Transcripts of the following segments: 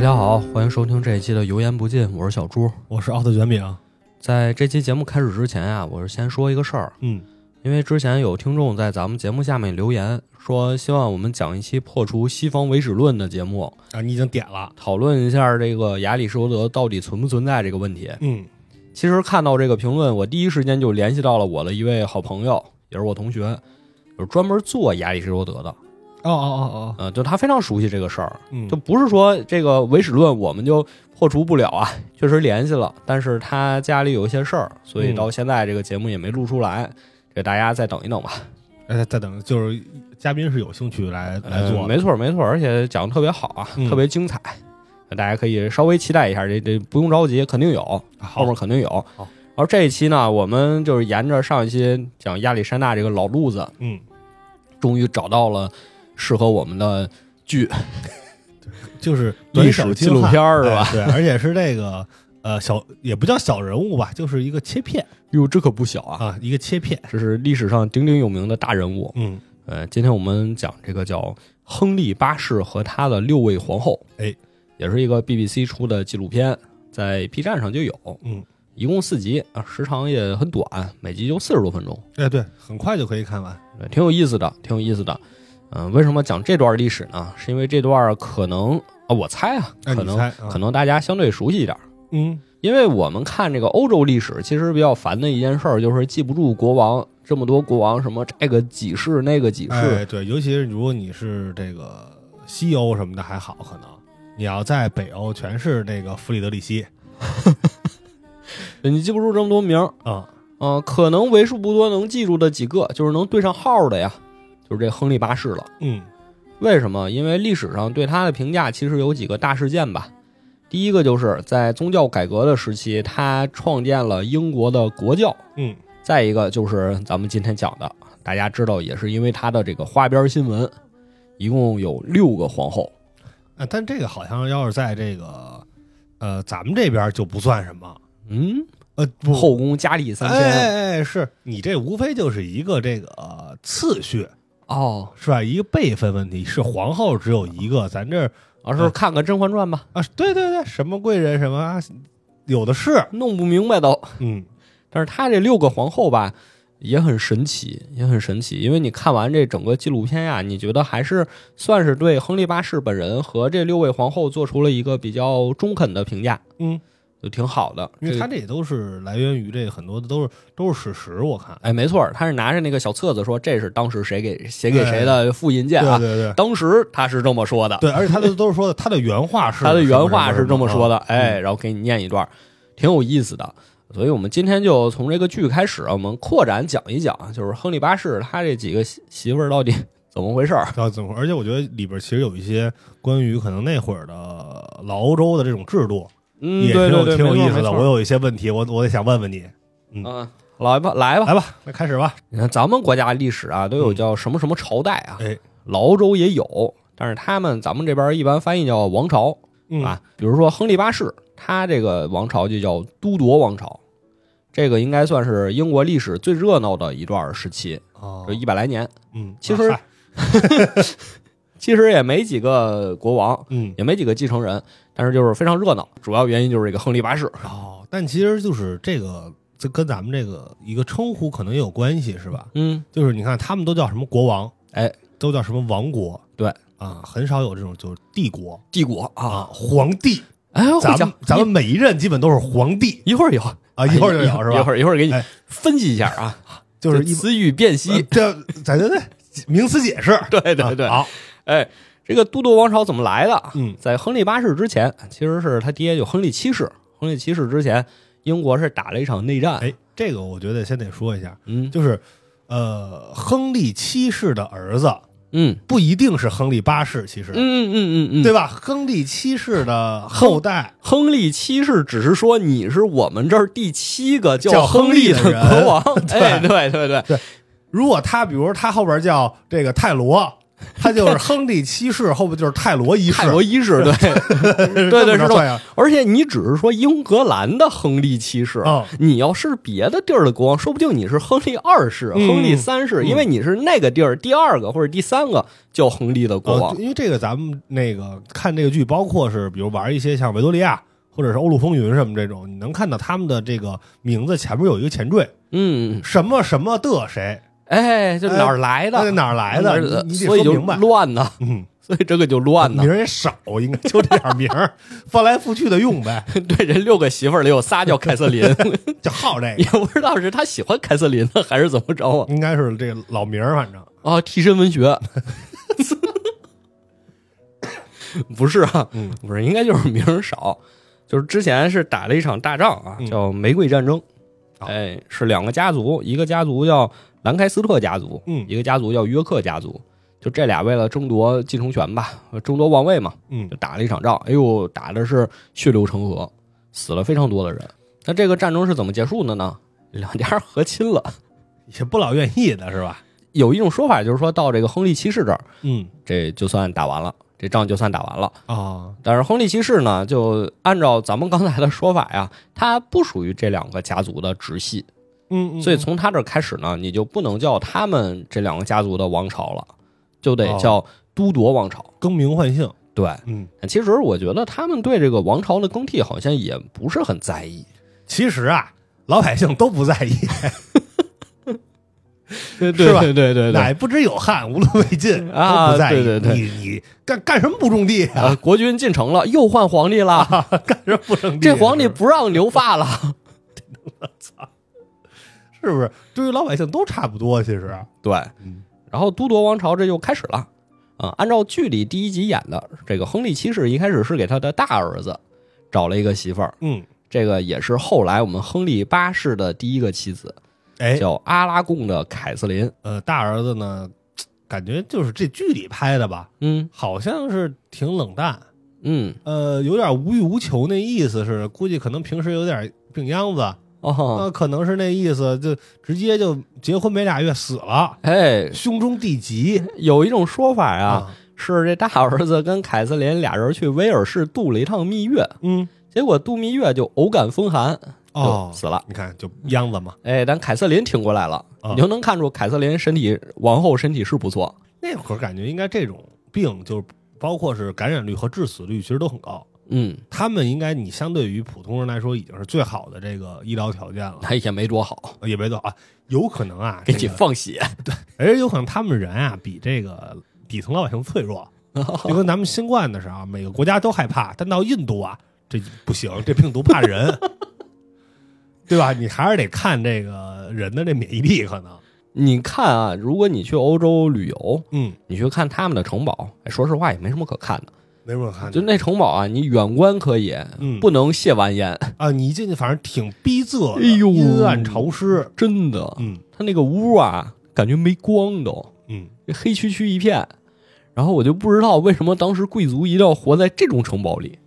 家好，欢迎收听这一期的《油盐不进》，我是小朱。我是奥特卷饼，在这期节目开始之前啊，我是先说一个事儿，嗯，因为之前有听众在咱们节目下面留言说，希望我们讲一期破除西方唯史论的节目，啊，你已经点了，讨论一下这个亚里士多德到底存不存在这个问题。嗯，其实看到这个评论，我第一时间就联系到了我的一位好朋友，也是我同学，就是专门做亚里士多德的，哦哦哦呃，就他非常熟悉这个事儿，哦，嗯，就不是说这个唯史论我们就破除不了啊， 确实联系了，但是他家里有一些事儿，所以到现在这个节目也没录出嗯来，这大家再等一等吧。哎再再等，就是嘉宾是有兴趣来来呃做的，没错没错，而且讲的特别好啊，嗯特别精彩，大家可以稍微期待一下，这这不用着急，肯定有，后啊好面，肯定有。好然后这一期呢，我们就是沿着上一期讲亚历山大这个老路子，嗯，终于找到了适合我们的就是历短史小哎纪录片儿是吧？吧？对， 而且是这个呃小也不叫小人物吧，就是一个切片哟，这可不小啊！啊，一个切片，这是历史上鼎鼎有名的大人物，嗯，呃，今天我们讲这个叫亨利八世和他的六位皇后，哎，也是一个 BBC 出的纪录片，在 B 站上就有，嗯，一共四集啊，时长也很短，每集就四十多分钟，哎对，很快就可以看完，呃挺有意思的，挺有意思的。嗯、为什么讲这段历史呢？是因为这段可能啊，我猜啊，哎可你能、猜啊可能大家相对熟悉一点，嗯，因为我们看这个欧洲历史，其实比较烦的一件事儿就是记不住国王这么多国王，什么这个几世那个几世，哎对，尤其是如果你是这个西欧什么的还好，可能你要在北欧全是这个弗里德里希你记不住这么多名儿，啊，嗯、可能为数不多能记住的几个，就是能对上号的呀，就是这亨利八世了。嗯为什么？因为历史上对他的评价其实有几个大事件吧。第一个就是在宗教改革的时期，他创建了英国的国教；嗯，再一个就是咱们今天讲的，大家知道也是因为他的这个花边新闻，一共有六个皇后。啊，但这个好像要是在这个呃咱们这边儿就不算什么，嗯，呃，不后宫佳丽三哎千、哎哎，是你这无非就是一个这个、呃次序哦，是吧？一个辈分问题，是皇后只有一个，咱这儿而是看看《甄嬛传》吧，啊，对对对，什么贵人什么啊有的是，弄不明白都。嗯但是他这六个皇后吧，也很神奇，也很神奇。因为你看完这整个纪录片呀、你觉得还是算是对亨利八世本人和这六位皇后做出了一个比较中肯的评价，嗯，就挺好的。因为这他个这也都是来源于这个很多的都是都是史实，我看，哎，没错儿，他是拿着那个小册子说，这是当时谁给写给谁的复印件啊？对对对当时他是这么说的，对，而且他的都是说的，他的原话是他的原话是这么说的，，嗯哎，然后给你念一段儿，挺有意思的。所以我们今天就从这个剧开始，我们扩展讲一讲，就是亨利八世他这几个媳媳妇儿到底 怎么回事儿。要怎么？而且我觉得里边其实有一些关于可能那会儿的老欧洲的这种制度，嗯，也对对挺有对，挺有没错意思没的。错我有一些问题，我我得想问问你，嗯，来吧来吧，来吧，那开始吧。你看咱们国家历史啊，都有啊嗯叫什么什么朝代啊，哎老欧洲也有，但是他们咱们这边一般翻译叫王朝嗯啊。比如说亨利八世，他这个王朝就叫都铎王朝，这个应该算是英国历史最热闹的一段时期，哦就一百来年。嗯，其实啊嗨其实也没几个国王，嗯也没几个继承人，但是就是非常热闹。主要原因就是这个亨利八世。哦，但其实就是这个，这跟咱们这个一个称呼可能也有关系，是吧？嗯，就是你看他们都叫什么国王，哎，都叫什么王国，对啊，很少有这种就是帝国帝国啊，啊，皇帝，哎，我咱讲们咱们每一任基本都是皇帝一会儿有啊，一会儿就有是哎一吧？会儿一会儿给你哎分析一下啊， 就是这一词语辨析。这咱对对名词解释，对对对，啊好，哎，这个都铎王朝怎么来的？嗯在亨利八世之前，其实是他爹就亨利七世。亨利七世之前，英国是打了一场内战。哎，这个我觉得先得说一下，嗯就是呃，亨利七世的儿子嗯不一定是亨利八世，其实嗯嗯嗯嗯嗯，对吧？亨利七世的后代亨利七世只是说你是我们这儿第七个叫叫亨亨利利的的 国王，人对哎，对对对，如果他比如他后边叫这个泰罗，他就是亨利七世，后边就是泰罗一世，泰罗一 世，对对对是这这么么着算呀。而且你只是说英格兰的亨利七世，嗯你要是别的地儿的国王，说不定你是亨利二世、嗯亨利三世，因为你是那个地儿第二个或者第三个叫亨利的国呃王。，因为这个咱们那个看这个剧，包括是比如玩一些像维多利亚或者是欧陆风云什么这种，你能看到他们的这个名字前面有一个前缀，嗯，什么什么的谁，哎，就哪儿来的？哎那哪儿来的？哪儿你你所得以说就明白。乱呢，嗯，所以这个就乱呢名。儿也少，应该就这点名儿， 翻来覆去的 用呗，对，人六个媳妇儿里有仨叫凯 瑟琳，就好这也个。不知道是他喜欢凯瑟琳呢，还是怎么着啊？应该是这个老名儿，反正啊，替身文学。 不是啊，嗯不是，应该就是名儿少，就是之前是打了一场大仗啊，嗯叫玫瑰战争，好哎，是两个家族，一个家族叫兰开斯特家族，嗯一个家族叫约克家族，就这俩为了争夺继承权吧，呃争夺王位嘛，嗯就打了一场仗，哎呦，打的是血流成河，死了非常多的人。那这个战争是怎么结束的呢？两家和亲了。也不老愿意的是吧？有一种说法就是说到这个亨利七世这儿，嗯这就算打完了，这仗就算打完了。啊，但是亨利七世呢，就按照咱们刚才的说法呀，他不属于这两个家族的直系，嗯，嗯所以从他这儿开始呢，你就不能叫他们这两个家族的王朝了，就得叫都铎王朝。更名换姓，对，嗯，其实我觉得他们对这个王朝的更替好像也不是很在意，其实啊，老百姓都不在意，对对对对对乃不知有汉，无论魏晋啊都不在意。对对对你你干干什么不种地啊？啊，国君进城了，又换皇帝了， 干什么不种地啊？这皇帝是 不不让留发了。是是不是对于老百姓都差不多？其实，对嗯，然后都铎王朝这就开始了。啊、按照剧里第一集演的，这个亨利七世一开始是给他的大儿子找了一个媳妇儿，嗯，这个也是后来我们亨利八世的第一个妻子，哎，叫阿拉贡的凯瑟琳。呃，大儿子呢，感觉就是这剧里拍的吧，嗯好像是挺冷淡，嗯呃，有点无欲无求那意思是，估计可能平时有点病秧子，哦，呃，可能是那意思，就直接就结婚没俩月死了，哎，胸中地疾有一种说法呀、，啊是这大儿子跟凯瑟琳俩人去威尔士度了一趟蜜月，嗯，结果度蜜月就偶感风寒哦就，死了。你看就秧子嘛，哎，但凯瑟琳挺过来了，啊你就能看出凯瑟琳身体王后身体是不错。那会儿感觉应该这种病就是包括是感染率和致死率其实都很高，嗯，他们应该你相对于普通人来说已经是最好的这个医疗条件了，那也没多 好，也别走啊，有可能啊，给这你个放血。而且有可能他们人啊比这个底层老百姓脆 弱，就跟咱们新冠的时候，啊每个国家都害怕，但到印度啊，这不行，这病毒怕人， 对吧？你还是得看这个人的这免疫力，可能，你看啊，如果你去欧洲旅游，嗯，你去看他们的城堡，哎说实话也没什么可看的。没准儿看就那城堡啊，你远观可以，嗯不能亵玩焉。啊，你一进去反正挺逼仄的，哎呦阴暗潮湿，真的，嗯它那个屋啊，感觉没光都，嗯，黑黢黢一片。然后我就不知道为什么当时贵族一定要活在这种城堡里，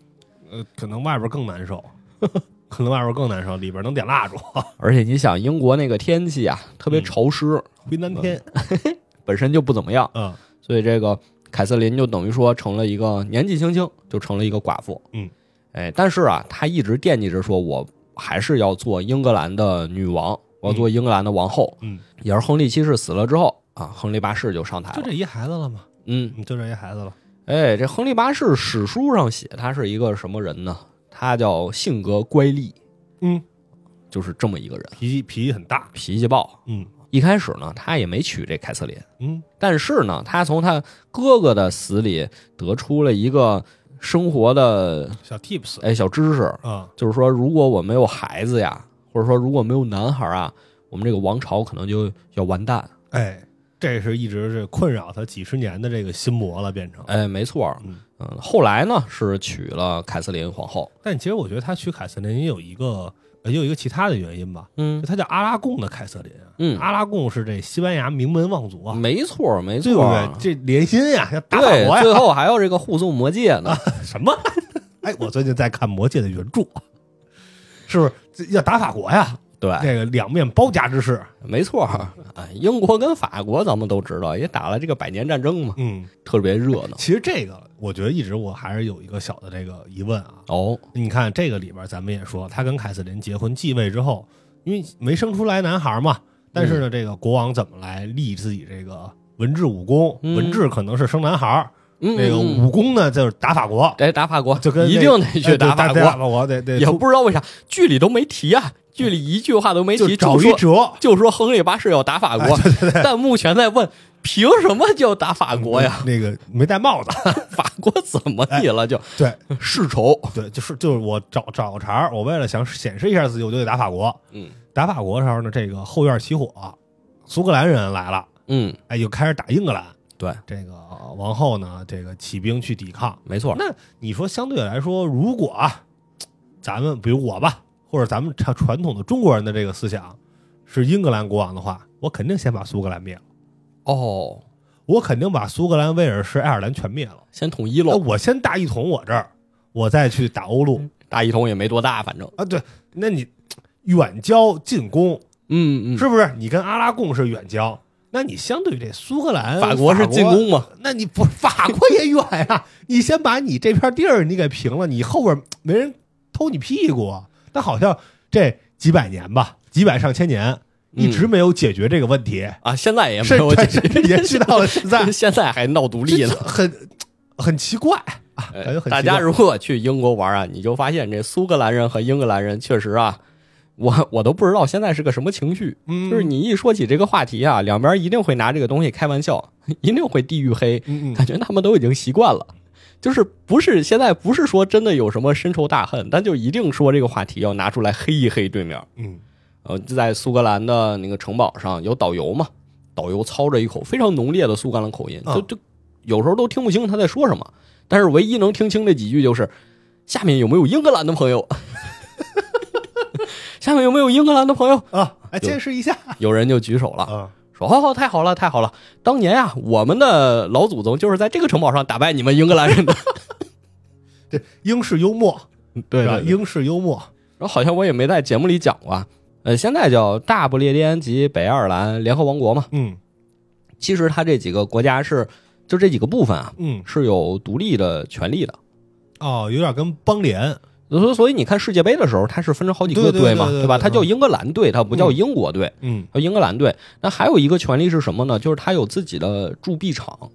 呃，可能外边更难受， 可能外边更难受，里边能点蜡烛，而且你想英国那个天气啊，特别嗯潮湿，回南天，本身就不怎么样，嗯所以这个凯瑟琳就等于说成了一个年纪轻轻就成了一个寡妇。嗯，哎，但是啊，她一直惦记着说，我还是要做英格兰的女王，我要做英格兰的王后。嗯，也是亨利七世死了之后啊，亨利八世就上台就了。这一孩子了嘛，嗯，嗯就这一孩子了，哎，这亨利八世史书上写他是一个什么人呢？他叫性格乖戾，嗯，就是这么一个人，脾气脾气很大，脾气暴。嗯一开始呢，他也没娶这凯瑟琳。嗯。但是呢，他从他哥哥的死里得出了一个生活的小 tips 哎小知识，啊，就是说，如果我没有孩子呀，或者说如果没有男孩啊，我们这个王朝可能就要完蛋。哎，这是一直是困扰他几十年的这个心魔了，变成。哎，没错儿，嗯嗯，后来呢是娶了凯瑟琳皇后，但其实我觉得他娶凯瑟琳也有一个，呃也有一个其他的原因吧，嗯他叫阿拉贡的凯瑟琳啊，嗯，阿拉贡是这西班牙名门望族啊，没错儿没对不错儿对？，这连心呀，要打法国对，最呀，啊后还要这个护送魔戒呢，什么？哎，我最近在看《魔戒》的原著，是不是这要打法国呀？对，这个两面包夹之势。没错儿啊，英国跟法国咱们都知道，也打了这个百年战争嘛，嗯，特别热闹。其实这个我觉得一直我还是有一个小的这个疑问啊。哦，你看这个里边，咱们也说，他跟凯瑟琳结婚继位之后，因为没生出来男孩嘛，但是呢，嗯这个国王怎么来立自己这个文治武功？嗯文治可能是生男孩，嗯那个嗯武功呢就是打法国，得哎打法国，就跟那一定得去打法哎国对打，法国，得得也出不知道为啥剧里都没提啊，剧里一句话都没就提，找就一说哎辙。就说亨利八世要打法国，弹幕全在问凭什么就打法国呀？ 那个没戴帽子，法国怎么你了就对世仇？对，就是就是我找找个茬儿，我为了想显示一下自己，我就得打法国。嗯打法国的时候呢，这个后院起火，苏格兰人来了，嗯，哎，又开始打英格兰。对，这个王后呢，这个起兵去抵抗。没错。那你说，相对来说，如果啊，咱们比如我吧，或者咱们传传统的中国人的这个思想是英格兰国王的话，我肯定先把苏格兰灭了，哦，我肯定把苏格兰、威尔士、爱尔兰全灭了。先统一那喽，我先大一统我这儿，我再去打欧陆大一统也没多大，反正啊。对，那你远交近攻嗯嗯，是不是？你跟阿拉贡是远交，那你相对于这苏格兰、法国是进攻嘛？那你不法国也远呀、你先把你这片地儿你给平了，你后边儿没人偷你屁股啊。但好像这几百年吧，几百上千年，一直没有解决这个问题，啊，现在嗯也没甚有解至决，甚 至延续到了现 在现在还闹独立这呢这。很很奇怪啊，感觉很奇怪呃哎大家如果去英国玩啊，你就发现这苏格兰人和英格兰人确实啊，我我都不知道现在是个什么情绪。嗯就是你一说起这个话题啊，两边一定会拿这个东西开玩笑， 一定会地域黑，嗯嗯感觉他们都已经习惯了。就是不是现在不是说真的有什么深仇大恨，但就一定说这个话题要拿出来黑一黑对面。嗯呃，在苏格兰的那个城堡上有导游嘛，导游操着一口非常浓烈的苏格兰口音，啊就就有时候都听不清他在说什么，但是唯一能听清这几句就是下面有没有英格兰的朋友？ 下面有没有英格兰的朋友？啊，来见识一下有人就举手了，啊，说：“哦，太好了，太好了！当年啊，我们的老祖宗就是在这个城堡上打败你们英格兰人 的。这英式幽默，”对是吧吧？英式幽默，然后好像我也没在节目里讲过啊，呃，现在叫大不列颠及北爱尔兰联合王国嘛，嗯其实它这几个国家是，就这几个部分啊，嗯，是有独立的权利的。哦，有点跟邦联，所以所以你看世界杯的时候，它是分成好几个对对队嘛，对对吧？对它叫英格兰队，它不叫英国队，嗯叫英格兰队。那还有一个权利是什么呢？就是它有自己的铸币厂，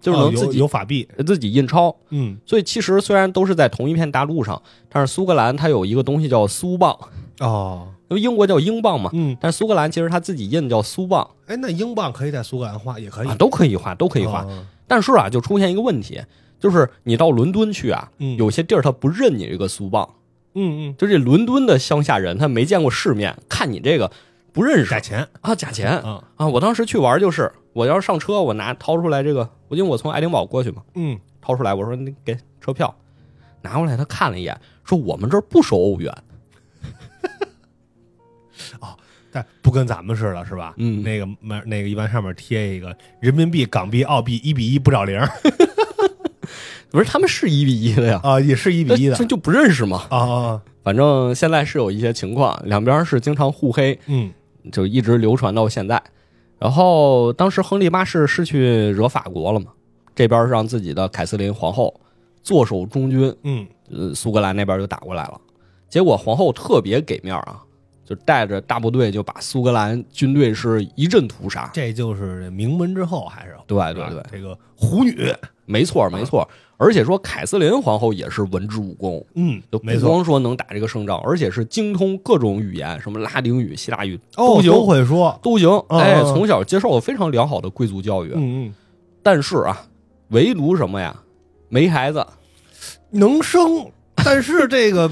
就是哦能自有己、有法币，自己印钞。嗯所以其实虽然都是在同一片大陆上，但是苏格兰它有一个东西叫苏镑，哦，因为英国叫英镑嘛，嗯。但是苏格兰其实它自己印叫苏镑哎，那英镑可以在苏格兰画，也可以，啊，都可以花，都可以花。啊但是啊，就出现一个问题，就是你到伦敦去啊，嗯有些地儿他不认你这个苏棒，嗯嗯，就这伦敦的乡下人他没见过世面，看你这个不认识改钱啊，假钱啊，啊！我当时去玩就是，我要是上车，我拿掏出来这个，我因为我从爱丁堡过去嘛，嗯，掏出来我说你给车票，拿过来他看了一眼，说我们这儿不收欧元，但不跟咱们似的，是吧？嗯那个买那个一般上面贴一个人民币、港币、澳币一比一不找零儿不是他们是一比一的呀，啊，也是一比一的这就不认识嘛。啊啊，啊反正现在是有一些情况，两边是经常互黑，嗯就一直流传到现在。然后当时亨利八世是去惹法国了嘛，这边让自己的凯瑟琳皇后坐守中军，嗯，呃，苏格兰那边就打过来了。结果皇后特别给面儿啊，就带着大部队就把苏格兰军队是一阵屠杀。这就是名门之后还是对对对啊，这个虎女，没错没错。而且说凯瑟琳皇后也是文治武功，嗯就，没不错，光说能打这个胜仗，而且是精通各种语言，什么拉丁语、希腊语哦，行都会说，都行。嗯哎，嗯从小接受了非常良好的贵族教育。嗯嗯，但是啊，唯独什么呀，没孩子，能生， 但是这个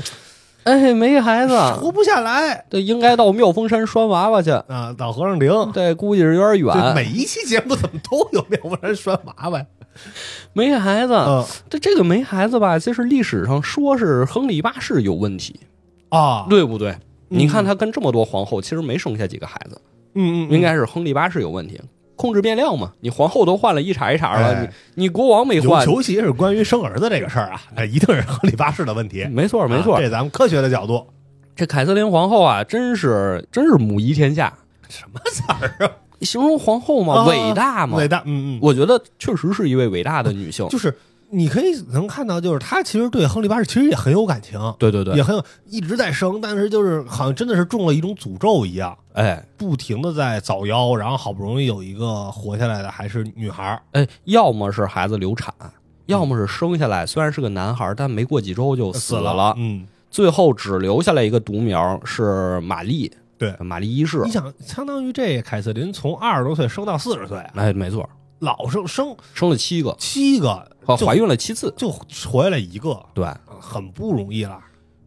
哎，没孩 子，活不下来对，应该到妙峰山拴娃娃去，啊，老和尚灵。对，估计是有点这远，每一期节目怎么都有妙不然拴娃娃呀？没孩子。嗯这这个没孩子吧，其实历史上说是亨利八世有问题，啊，对不对？你看他跟这么多皇后，其实没生下几个孩子，嗯嗯，应该是亨利八世有问题。控制变量嘛，你皇后都换了一茬一茬了，哎你你国王没尤换，尤其是关于生儿子这个事儿啊，哎，一定是亨利八世的问题。没错没错啊，这咱们科学的角度，这凯瑟琳皇后啊，真是真是母仪天下，什么词儿啊？形容皇后嘛，啊伟大嘛。伟大，嗯嗯，我觉得确实是一位伟大的女性。就是你可以能看到，就是他其实对亨利八世其实也很有感情，对对也对，很有一直在生，但是就是好像真的是中了一种诅咒一样，哎不停的在早夭，然后好不容易有一个活下来的还是女孩儿，哎，要么是孩子流产，要么是生下来虽然是个男孩，但没过几周就死了了。嗯，最后只留下来一个独苗是玛丽，对玛丽一世你。想，相当于这凯瑟琳从二十多岁生到四十岁，哎，没错，老生生生了七个，七个，啊就怀孕了七次。就活下来一个，对，很不容易了。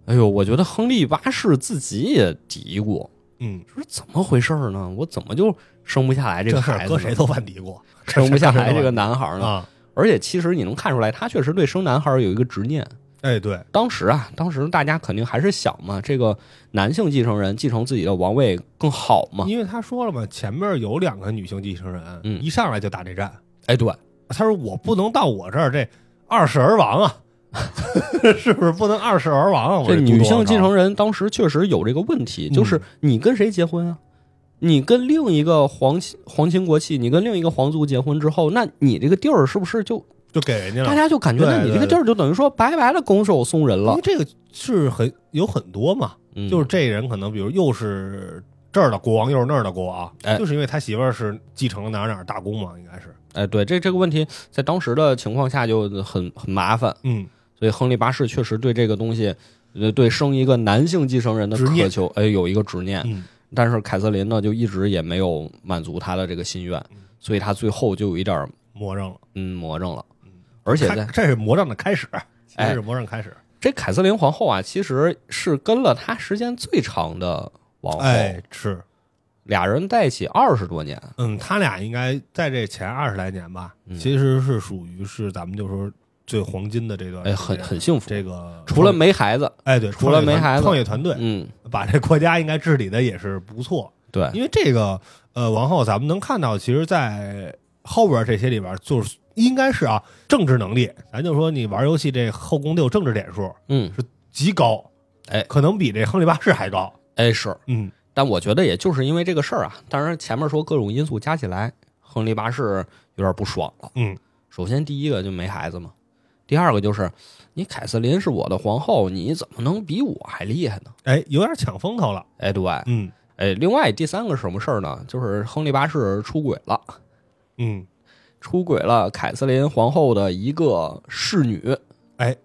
哎呦，我觉得亨利八世自己也嘀咕，嗯，说怎么回事儿呢？我怎么就生不下来这这个事孩子儿搁呢？谁都犯嘀咕， 生不下来 这个男孩儿呢？啊，而且其实你能看出来，他确实对生男孩儿有一个执念。哎，对，当时啊，当时大家肯定还是想嘛，这个男性继承人继承自己的王位更好嘛。因为他说了嘛，前面有两个女性继承人，嗯一上来就打这战。哎，对，他说我不能到我这儿这二世而 亡啊， 是不是不能二世而亡啊？我这孤独女王性继朝承人当时确实有这个问题，嗯就是你跟谁结婚啊？你跟另一个皇亲皇亲国戚，你跟另一个皇族结婚之后，那你这个地儿是不是就就给人家大了。家就感觉，对那你这个对对地儿就等于说白白的拱手送人因了为？这个是很有很多嘛，嗯就是这人可能比如又是这儿的国王，又是那儿的国王，啊哎就是因为他媳妇儿是继承了哪儿哪儿大公嘛，应该是，哎，对，这这个问题在当时的情况下就很很麻烦，嗯，所以亨利八世确实对这个东西，呃，对生一个男性继承人的执念渴求，哎，有一个执念。嗯但是凯瑟琳呢，就一直也没有满足他的这个心愿，嗯所以他最后就有一点儿魔怔了，嗯魔怔了，而且在看这是魔怔的开始，其哎实是魔怔开始，这凯瑟琳皇后啊，其实是跟了他时间最长的王后，哎，是，俩人在一起二十多年。嗯，他俩应该在这前二十来年吧，嗯其实是属于是咱们就说最黄金的这段时哎，间，很很幸福。这个除了没孩子，哎对，除了创业没团孩子创业团队嗯，把这国家应该治理的也是不错，对，因为这个呃王后咱们能看到，其实，在后边这些里边就是。应该是啊，政治能力，咱就说你玩游戏这后宫六政治点数嗯，极高，哎可能比这亨利八世还高。哎是。嗯，但我觉得也就是因为这个事儿啊，当然前面说各种因素加起来，亨利八世有点不爽了。嗯，首先第一个就没孩子嘛，第二个就是你凯瑟琳是我的皇后，你怎么能比我还厉害呢？哎，有点抢风头了。哎，对，嗯哎，另外第三个是什么事儿呢？就是亨利八世出轨了，嗯，出轨了凯瑟琳皇后的一个侍女，哎，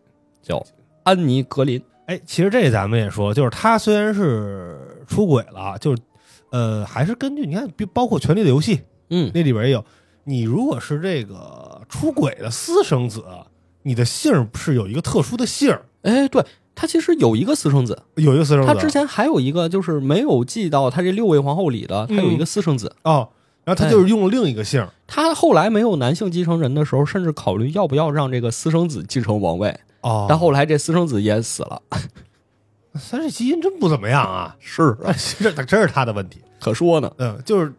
叫安妮·格林。哎，其实这咱们也说，就是他虽然是出轨了，啊就是呃，还是根据你看，比包括《权力的游戏》嗯，那里边也有，你如果是这个出轨的私生子，你的姓儿是有一个特殊的姓儿，哎，对，她其实有一个私生子，有一个私生子。她之前还有一个就是没有记到她这六位皇后里的，她有一个私生子。哦，然后他就是用了另一个姓儿，她后来没有男性继承人的时候，甚至考虑要不要让这个私生子继承王位，哦但后来这私生子也死了。他这基因真不怎么样啊， 是， 这这是他的问题。可说呢。嗯，就是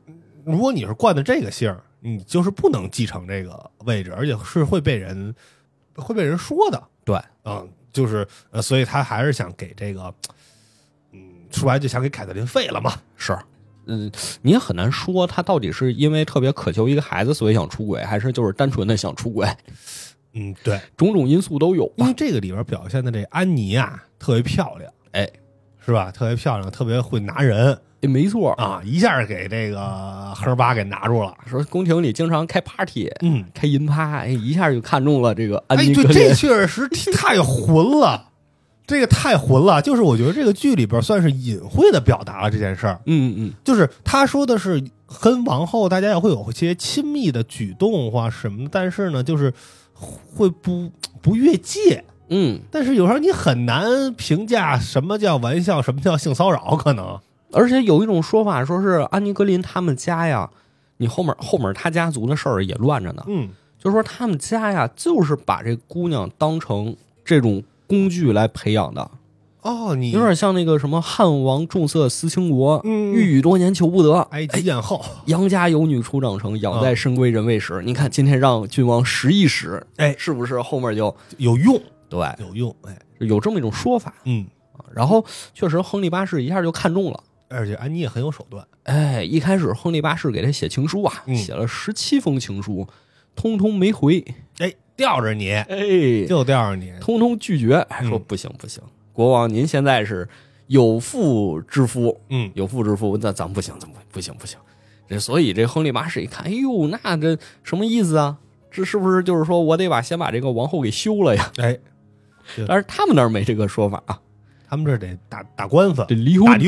如果你是惯的这个姓儿，你就是不能继承这个位置，而且是会被人会被人说的。对，嗯，就是呃，所以他还是想给这个，嗯，说白了就想给凯瑟琳废了嘛。是，嗯，你也很难说她到底是因为特别渴求一个孩子，所以想出轨，还是就是单纯的想出轨， 嗯，对，种种因素都有吧因为。这个里边表现的这安妮啊，特别漂亮，哎，是吧？特别漂亮，特别会拿人哎没错，啊，一下给这个亨巴给拿住了。说宫廷里经常开 party，嗯，开银趴，哎，一下就看中了这个安哎，妮格对，林。这确实挺太混了，这个太混了。就是我觉得这个剧里边算是隐晦的表达了这件事儿，嗯嗯，就是他说的是跟王后大家也会有一些亲密的举动或什么的，但是呢，就是会不不越界。嗯，但是有时候你很难评价什么叫玩笑，什么叫性骚扰，可能而且有一种说法说是安妮格林他们家呀，你后面后面他家族的事儿也乱着呢，嗯，就说他们家呀，就是把这姑娘当成这种工具来培养的，哦，你有点像那个什么汉王重色思倾国，嗯欲语多年求不得。埃及艳后，杨家有女初长成，养在深闺人未识。你看今天让郡王识一识，哎是不是后面就有用对有用，哎，有这么一种说法？嗯，然后确实，亨利八世一下就看中了。而且安妮也很有手段，哎，一开始亨利八世给他写情书啊，嗯写了十七封情书，通通没回，哎，吊着你，哎，就吊着你，通通拒绝，还说嗯不行不行，国王您现在是有妇之夫，嗯，有妇之夫，那咱不行，咱不不行不行。这所以这亨利八世一看，哎呦，那这什么意思啊？这是不是就是说我得把先把这个王后给休了 呀？哎，但是他们那儿没这个说法啊，他们这得打打官司，得离打婚，离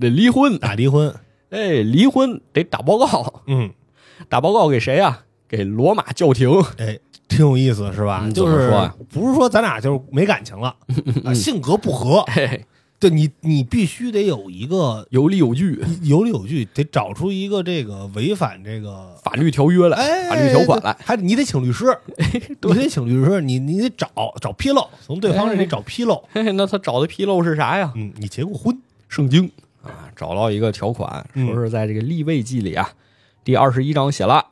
得离婚，打离婚，哎，离婚得打报告，嗯，打报告给谁啊？给罗马教廷。哎，挺有意思是吧？嗯就怎么是说啊不是说咱俩就是没感 情了，啊性格不合，哎，对你你必须得有一个有理有据，有理有据，得找出一个这个违反这个。法律条约来，哎，法律条款对来，哎还得你得请律师，你得请律师，你你得找找纰漏，从对方这哎里找纰漏。嘿嘿，那他找的纰漏是啥呀？嗯，你结过婚，圣经啊，找到一个条款，嗯说是在这个立位记里啊，第二十一章写了，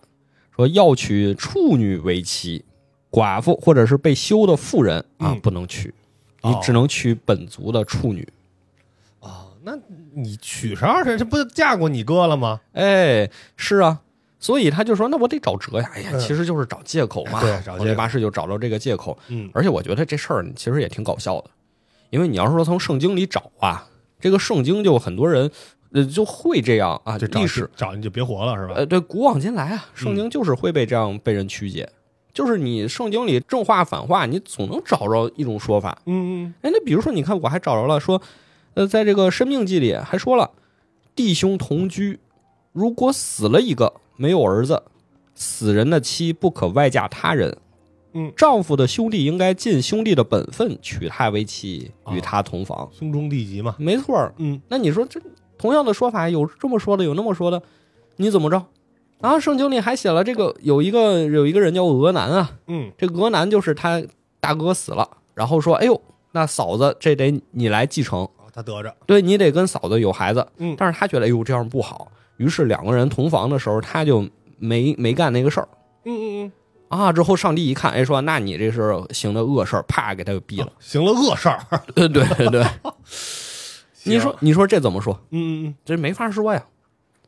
说要娶处女为妻，寡妇或者是被休的妇人啊嗯不能娶，哦你只能娶本族的处女。啊，那你娶十二岁，这不是嫁过你哥了吗？哎，是啊。所以他就说：“那我得找辙呀！哎呀，嗯其实就是找借口嘛。对找借口亨利八世就找到这个借口，嗯而且我觉得这事儿其实也挺搞笑的，因为你要是说从圣经里找啊，这个圣经就很多人呃就会这样啊，就找历史找你就别活了是吧？嗯呃对，古往今来啊，圣经就是会被这样被人曲解，就是你圣经里正话反话，你总能找着一种说法。嗯嗯，哎，那比如说你看，我还找着了说，呃，在这个《生命记》里还说了，弟兄同居，如果死了一个没有儿子，死人的妻不可外嫁他人。嗯丈夫的兄弟应该尽兄弟的本分，娶她为妻，与她同房。兄终弟及嘛。没错儿，嗯，那你说这同样的说法，有这么说的，有那么说的，你怎么着？啊，圣经里还写了这个，有一个有一个人叫俄南啊，嗯，这俄南就是他大哥死了，然后说：“哎呦，那嫂子这得你来继承，哦他得着，对你得跟嫂子有孩子。”嗯但是他觉得哎呦这样不好，于是两个人同房的时候，他就没没干那个事儿嗯嗯啊。之后上帝一看，哎，说：“那你这是行的恶事儿，啪给他给毙了。嗯，行了恶事儿。啊对对对对， 你说你说这怎么说？嗯，嗯嗯，这没法说呀。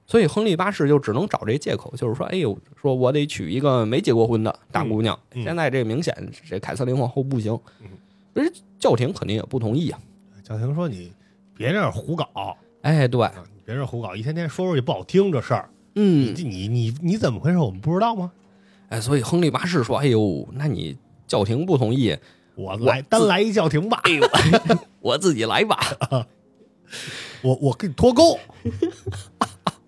所以亨利八世就只能找这借口，就是说，哎呦，说我得娶一个没结过婚的大姑娘。嗯嗯现在这明显，这凯瑟琳皇后不行嗯，人家教廷肯定也不同意啊。小婷哎说你别这样胡搞啊，哎，对，你别这样胡搞，一天天说出去不好听这事儿，你嗯，你你你怎么回事？我们不知道吗？哎，所以亨利八世说，哎呦，那你教廷不同意，我来单来一叫停吧，哎我自己来吧。 我我跟你脱 钩。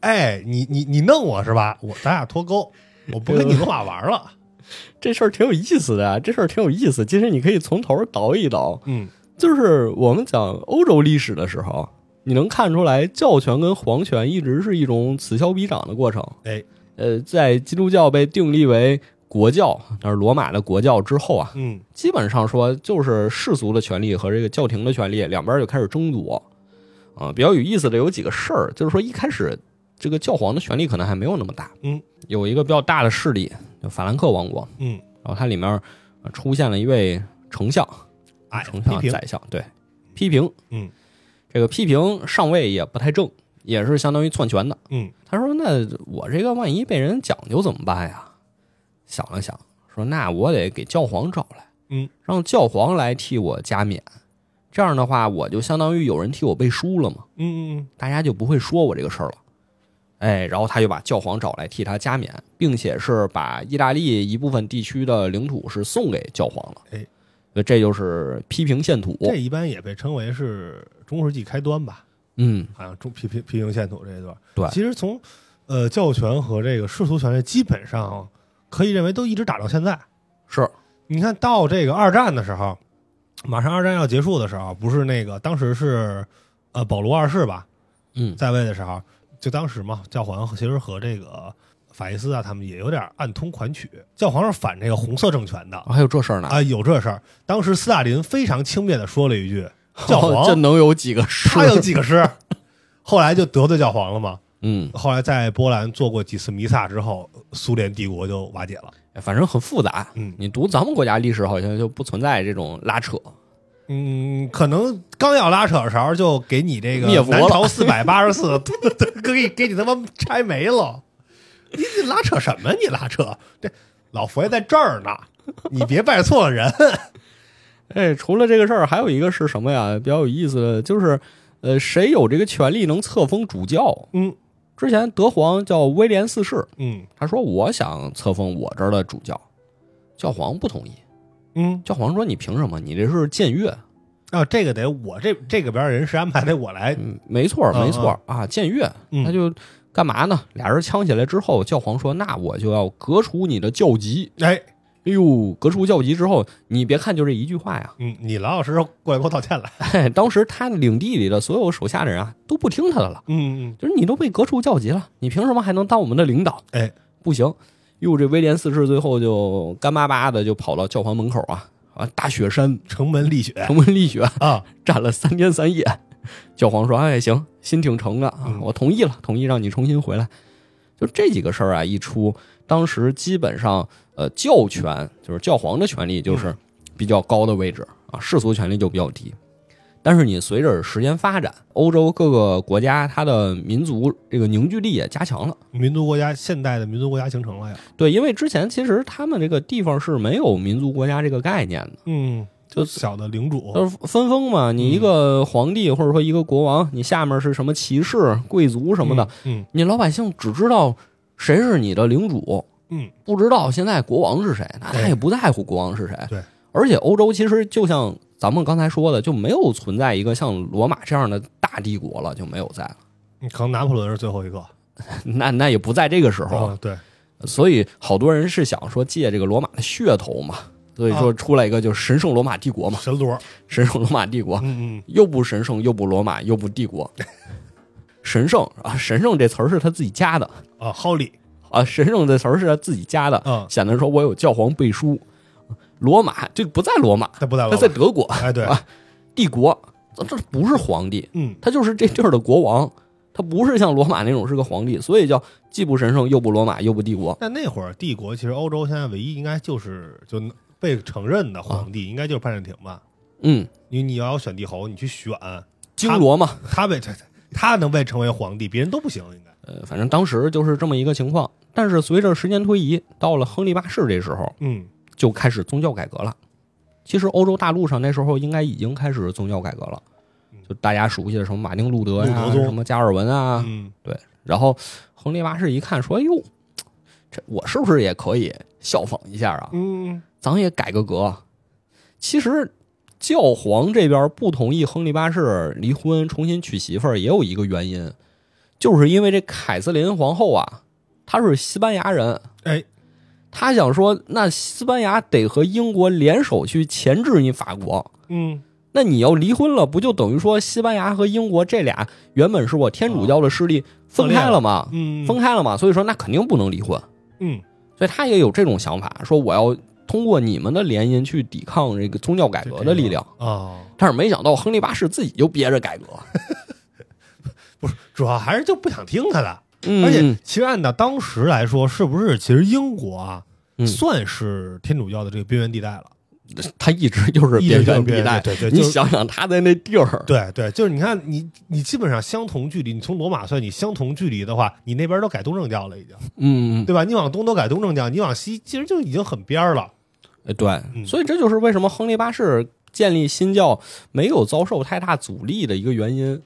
哎，你你你弄我是吧？我咱俩脱钩，我不跟哎你罗马玩了。这事儿挺有意思的啊，这事儿挺有意思。其实你可以从头倒一倒，嗯，就是我们讲欧洲历史的时候，你能看出来教权跟皇权一直是一种此消彼长的过程。哎，呃，在基督教被定立为国教，那是罗马的国教之后啊，嗯基本上说就是世俗的权利和这个教廷的权利两边就开始争夺。啊，比较有意思的有几个事儿，就是说一开始这个教皇的权力可能还没有那么大，嗯，有一个比较大的势力，就法兰克王国，嗯，然后它里面呃出现了一位丞相，哎，丞批相评，宰相，对，批评，嗯，这个批评上位也不太正，也是相当于篡权的。嗯他说：“那我这个万一被人讲究怎么办呀？”想了想，说：“那我得给教皇找来，嗯，让教皇来替我加冕。这样的话，我就相当于有人替我背书了嘛，嗯嗯大家就不会说我这个事儿了。”哎，然后他就把教皇找来替他加冕，并且是把意大利一部分地区的领土是送给教皇了。哎，这就是批评献土。嗯，这一般也被称为是中世纪开端吧。嗯，好像中批评批评线索这一段。对其实从呃教权和这个世俗权利基本上可以认为都一直打到现在。是，你看到这个二战的时候，马上二战要结束的时候，不是那个当时是呃保罗二世吧嗯，在位的时候，就当时嘛，教皇其实和这个法西斯啊他们也有点暗通款曲，教皇是反这个红色政权的。还有这事儿呢？啊，有这事儿！当时斯大林非常轻蔑的说了 一句：“教皇这能有几个是？他有几个师？” 后来就得罪教皇了嘛。嗯，后来在波兰做过几次弥撒之后，苏联帝国就瓦解了。反正很复杂。嗯你读咱们国家历史，好像就不存在这种拉扯，嗯，可能刚要拉扯勺，就给你这个灭国了南朝四百八十四， 给给你他妈拆没了！你你拉扯什么？你拉扯这老佛爷在这儿呢，你别拜错了人。 哎，除了这个事儿，还有一个是什么呀？比较有意思的就是，呃，谁有这个权利能册封主教？嗯之前德皇叫威廉四世，嗯他说我想册封我这儿的主教，教皇不同意。嗯教皇说你凭什么？你这是僭越。啊，这个得我这这个边儿人是安排得我来。嗯，没错儿，嗯没错儿啊，僭越，嗯他就干嘛呢？俩人呛起来之后，教皇说：“那我就要革除你的教籍。哎，”哎呦，革除教籍之后，你别看就这一句话呀，嗯，你老老实实过来给我道歉来。哎， 当时他领地里的所有手下的人啊，都不听他的了，嗯就是你都被革除教籍了，你凭什么还能当我们的领导？哎，不行！哟，这威廉四世最后就干巴巴的就跑到教皇门口啊啊，大雪山嗯，城门立雪 城门立雪，啊，站了三天三夜。教皇说：“哎，行，心挺诚的啊嗯，我同意了，同意让你重新回来。”就这几个事儿啊，一出，当时基本上，呃，教权就是教皇的权力就是比较高的位置啊，世俗权力就比较低。但是你随着时间发展，欧洲各个国家它的民族这个凝聚力也加强了。民族国家现代的民族国家形成了呀。对，因为之前其实他们这个地方是没有民族国家这个概念的。嗯，就小的领主。就是分封嘛，嗯你一个皇帝或者说一个国王，你下面是什么骑士、贵族什么的，嗯，你老百姓只知道谁是你的领主，嗯，不知道现在国王是谁，那他对也不在乎国王是谁。对，而且欧洲其实就像咱们刚才说的，就没有存在一个像罗马这样的大帝国了，就没有在了。 嗯，可能拿破仑是最后一个。那那也不在这个时候，啊，对，所以好多人是想说借这个罗马的噱头嘛，所以哦说出来一个就是神圣罗马帝国嘛，神罗。神圣罗马帝国。嗯嗯，又不神圣，又不罗马，又不帝国。神圣啊，神圣这词儿是他自己加的啊，浩里。啊，神圣这词儿是他自己加的，嗯，显得说我有教皇背书。罗马这不在罗马，他不在他罗在马。德国哎，对，啊帝国，这这不是皇帝，嗯他就是这地儿的国王，他不是像罗马那种是个皇帝，所以叫既不神圣，又不罗马，又不帝国。但那会儿帝国其实欧洲现在唯一应该就是就被承认的皇帝，应该就是拜占庭吧？嗯，你你要选帝侯，你去选，经罗嘛，他被他他能被称为皇帝，别人都不行，应该。呃，反正当时就是这么一个情况。但是随着时间推移，到了亨利八世这时候，嗯就开始宗教改革了。其实欧洲大陆上那时候应该已经开始宗教改革了嗯，就大家熟悉的什么马丁路德呀、路德宗什么加尔文啊，嗯，然后亨利八世一看说：“哟，这我是不是也可以效仿一下啊？嗯，咱也改个革。”其实教皇这边不同意亨利八世离婚重新娶媳妇儿，也有一个原因，就是因为这凯瑟琳皇后啊，她是西班牙人，哎，他想说，那西班牙得和英国联手去钳制你法国。嗯，那你要离婚了，不就等于说西班牙和英国这俩原本是我天主教的势力啊分开了吗？嗯，分开了嘛，所以说那肯定不能离婚。嗯，所以他也有这种想法，说我要通过你们的联姻去抵抗这个宗教改革的力量。啊，但是没想到亨利八世自己就憋着改革，主要还是就不想听他的。嗯而且，其实按照当时来说，是不是其实英国啊，嗯算是天主教的这个边缘地带了？他一直就是一直边就是缘地边缘带。对对你就是想想他在那地儿，对对，就是你看你你基本上相同距离，你从罗马算，你相同距离的话，你那边都改东正教了，已经，嗯，对吧？你往东都改东正教，你往西其实就已经很边儿了。呃，对，嗯所以这就是为什么亨利八世建立新教没有遭受太大阻力的一个原因。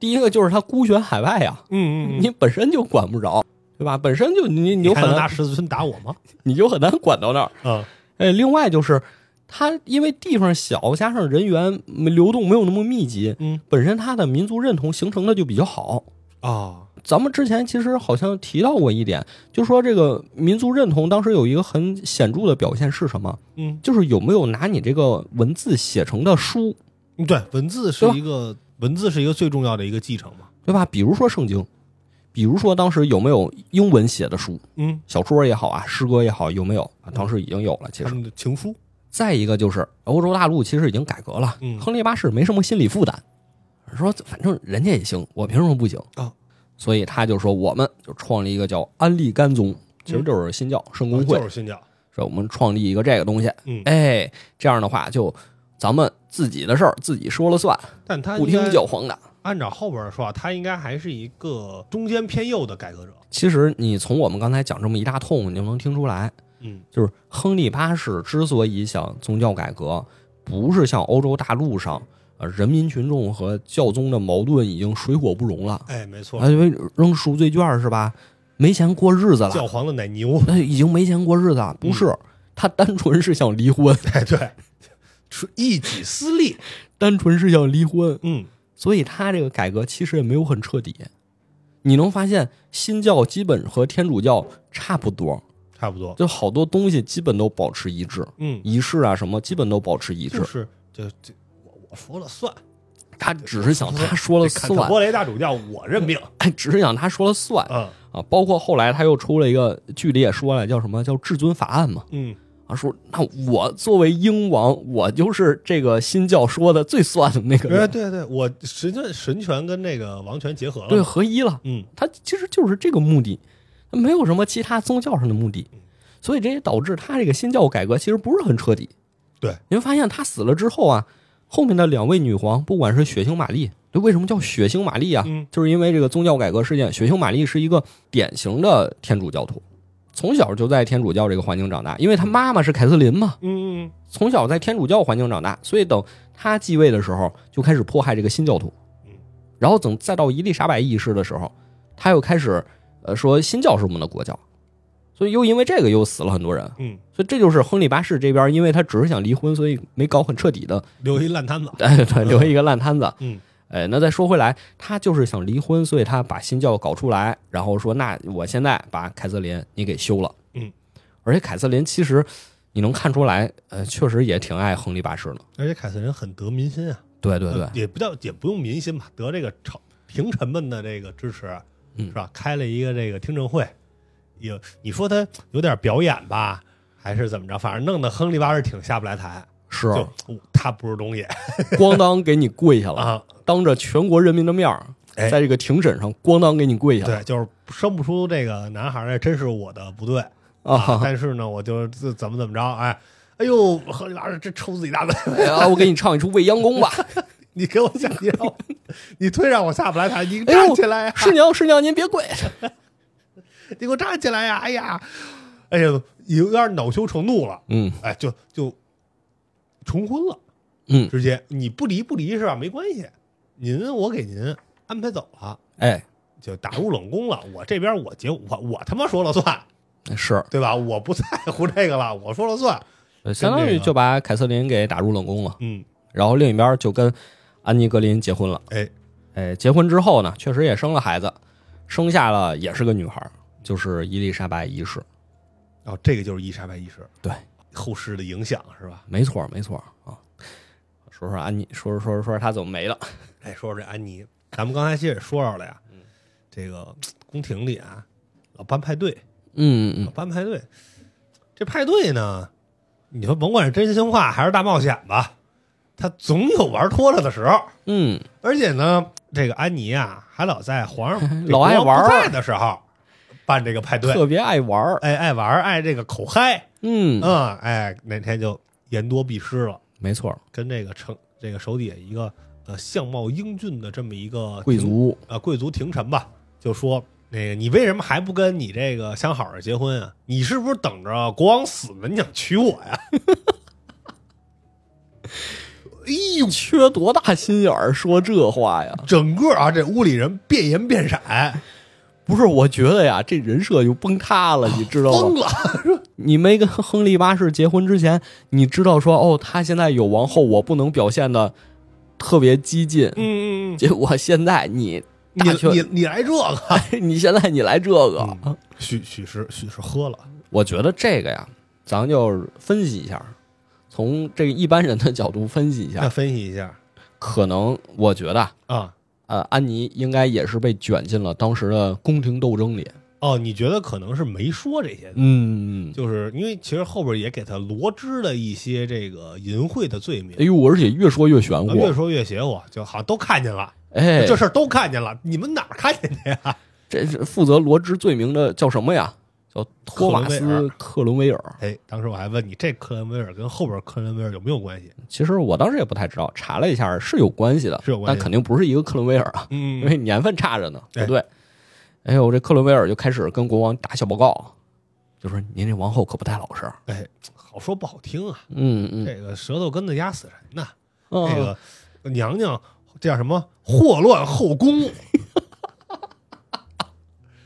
第一个就是他孤悬海外呀、嗯你本身就管不着，对吧？本身就你你你就还很能拿难，十字军打我 吗？你就很难管到那儿。嗯呃，另外就是他因为地方小，加上人员没流动没有那么密集，嗯本身他的民族认同形成的就比较好。啊咱们之前其实好像提到过一点，就说这个民族认同当时有一个很显著的表现是什么？嗯，就是有没有拿你这个文字写成的书，对，文字是对吧一个文字是一个最重要的一个继承嘛。对吧？比如说圣经，比如说当时有没有英文写的书，嗯，小说也好啊，诗歌也好，有没有？啊当时已经有了。其他实，们的情书，再一个就是欧洲大陆其实已经改革了，嗯亨利八世没什么心理负担，说反正人家也行，我凭什么不行啊？所以他就说，我们就创立一个叫安利甘宗，其实就是新教圣公会嗯啊就，是新教。说我们创立一个这个东西，嗯哎，这样的话就咱们自己的事儿自己说了算，但他不应该听叫黄打。按照后边的说啊，他应该还是一个中间偏右的改革者。其实你从我们刚才讲这么一大通，你就能听出来，嗯就是亨利八世之所以想宗教改革，不是像欧洲大陆上，呃，人民群众和教宗的矛盾已经水火不容了，哎，没错，啊，因为扔赎罪券是吧？没钱过日子了，教皇的奶牛。那已经没钱过日子了，不是，他单纯是想离婚，哎，对，是一己私利。单纯是想离婚，嗯，所以他这个改革其实也没有很彻底。你能发现新教基本和天主教差不多，差不多。就好多东西基本都保持一致，嗯，仪式啊什么基本都保持一致就。是这这，我我说了算。他只是想他说了 看 特算，波雷大主教，我认命。哎，只是想他说了算嗯啊。包括后来他又出了一个剧里也说了，叫什么叫至尊法案嘛嗯，啊，说那我作为英王，我就是这个新教说的最算的那个哎，人，对对，我神权神权跟那个王权结合了。对，合一了。嗯，他其实就是这个目的，他没有什么其他宗教上的目的，所以这也导致他这个新教改革其实不是很彻底。对，你会发现他死了之后啊，后面的两位女皇，不管是血腥玛丽，就为什么叫血腥玛丽啊？嗯就是因为这个宗教改革事件，血腥玛丽是一个典型的天主教徒，从小就在天主教这个环境长大，因为她妈妈是凯瑟琳嘛，嗯嗯从小在天主教环境长大，所以等他继位的时候就开始迫害这个新教徒嗯，然后等再到伊丽莎白一世的时候，他又开始呃说新教是我们的国教，所以又因为这个又死了很多人，嗯，所以这就是亨利八世这边，因为他只是想离婚，所以没搞很彻底的，留一烂摊子。哎，对，留一个烂摊子。嗯哎，那再说回来，他就是想离婚，所以他把新教搞出来，然后说那我现在把凯瑟琳你给休了。嗯，而且凯瑟琳其实你能看出来，呃，确实也挺爱亨利八世的。而且凯瑟琳很得民心啊。对对对呃，也不叫也不用民心吧，得这个朝廷臣们的这个支持，嗯是吧？开了一个这个听证会，有你说他有点表演吧，还是怎么着？反正弄得亨利八世挺下不来台，是就哦他不是东西咣当给你跪下了， 啊，当着全国人民的面儿，哎在这个庭审上咣当给你跪下了对，就是生不出这个男孩儿来，真是我的不对啊。啊！但是呢，我就自怎么怎么着，哎。哎呦，亨利八世真抽自己大嘴！哎呀，我给你唱一出《未央宫》吧。 你给我讲，你让我， 你忒让我下不来台，你哎呦站起来、啊！师娘，师娘，您别跪。你给我站起来呀！哎呀，哎呀，有点恼羞成怒了，嗯哎，就就重婚了，嗯，直接你不离不离是吧？没关系，您我给您安排走了，哎，就打入冷宫了。我这边我结我我他妈说了算，是，对吧？我不在乎这个了，我说了算。相当这于个就把凯瑟琳给打入冷宫了，嗯，然后另一边就跟安妮格林结婚了。哎，哎，结婚之后呢，确实也生了孩子，生下了也是个女孩儿，就是伊丽莎白一世。然后哦这个就是伊丽莎白一世对后世的影响是吧？没错，没错啊。说说安妮，说说说说说她怎么没了。哎，说说这安妮，咱们刚才其实也说到了呀，嗯这个宫廷里啊，老办派对，嗯嗯老啊办派对，这派对呢，你说甭管是真心话还是大冒险吧，他总有玩脱了的时候。嗯而且呢，这个安妮啊，还老在 皇上老爱玩儿这国王不在的时候办这个派嗯，对，特别爱玩儿。哎，爱玩儿，爱这个口嗨，嗯，嗯，哎，哪天就言多必失了，没错，跟这个成这个手底下一个呃相貌英俊的这么一个贵族呃贵族廷臣吧，就说那个你为什么还不跟你这个相好的结婚啊？你是不是等着国王死呢？你想娶我呀？哎呦，缺多大心眼儿说这话呀？整个啊这屋里人变颜变色，不是，我觉得呀，这人设就崩塌了，你知道疯吗？了。你没跟亨利八世结婚之前，你知道说哦，他现在有王后，我不能表现的特别激进。嗯嗯嗯，结果现在你你大权你嗯你来这个， 你现在你来这个，许许是许是喝了，我觉得这个呀，咱就分析一下，从这个一般人的角度分析一那下，分析一下可能我觉得啊啊。呃，安妮应该也是被卷进了当时的宫廷斗争里。哦，你觉得可能是没说这些，嗯，就是因为其实后边也给他罗织了一些这个淫秽的罪名哎，呦，而且越说越玄啊越乎，说越邪乎，就好像都看见了，哎，这事儿都看见了，你们哪儿看见的呀？ 这是负责罗织罪名的叫什么呀？叫托马斯克伦威·尔克伦威尔。哎，当时我还问你，这克伦威尔跟后边克伦威尔有没有关系？其实我当时也不太知道，查了一下是有关系的，是有关系但肯定不是一个克伦威尔啊，因嗯，为年份差着呢，哎不对。哎呦，这克伦威尔就开始跟国王打小报告，就说您这王后可不太老实。哎，好说不好听啊，嗯嗯，这个舌头根子压死人呐、嗯这个娘娘叫什么？祸乱后宫，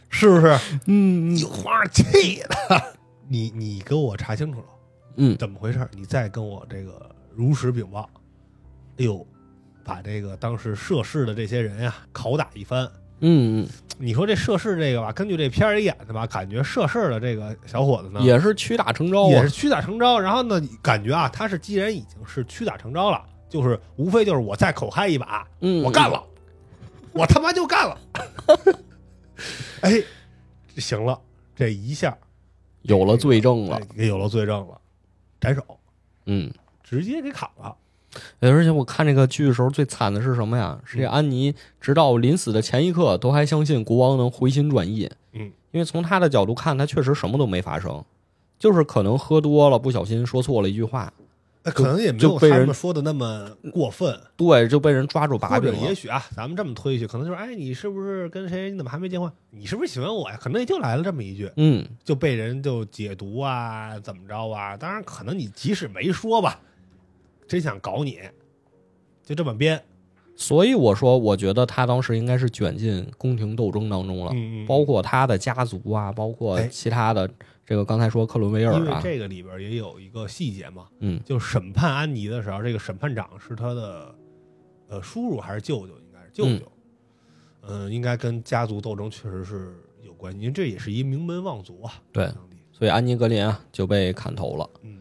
是不是？嗯你皇上气的，你你给我查清楚了，嗯怎么回事儿？你再跟我这个如实禀报。哎呦，把这个当时涉事的这些人呀、拷打一番。嗯你说这涉事这个吧，根据这片儿里演的吧，感觉涉事的这个小伙子呢嗯，，也是屈打成招也啊是。屈打成招。然后呢，感觉啊，他是既然已经是屈打成招了，就是无非就是我再口嗨一把，嗯，我干了，我他妈就干了。 哎，行了，这一下有了罪证了哎。也有了罪证了，斩首，嗯，直接给砍了。而且我看这个剧的时候，最惨的是什么呀？嗯是这安妮直到临死的前一刻都还相信国王能回心转意。嗯，因为从他的角度看，他确实什么都没发生，就是可能喝多了，不小心说错了一句话，那可能也没就有被他人们说的那么过分，对，就被人抓住把嗯或柄者也了。许啊，咱们这么推去，可能就是哎，你是不是跟谁？你怎么还没结婚？你是不是喜欢我呀？可能也就来了这么一句，嗯，就被人就解读啊，怎么着啊？当然，可能你即使没说吧，真想搞你，就这么编。所以我说，我觉得他当时应该是卷进宫廷斗争当中了，嗯嗯包括他的家族啊，包括哎其他的这个刚才说克伦威因尔为啊，这个里边也有一个细节嘛，嗯就审判安妮的时候，这个审判长是他的呃叔叔还是舅舅？应该是舅舅。嗯、应该跟家族斗争确实是有关系，因为这也是一名门望族啊。对当地所以安妮格林啊就被砍头了。嗯，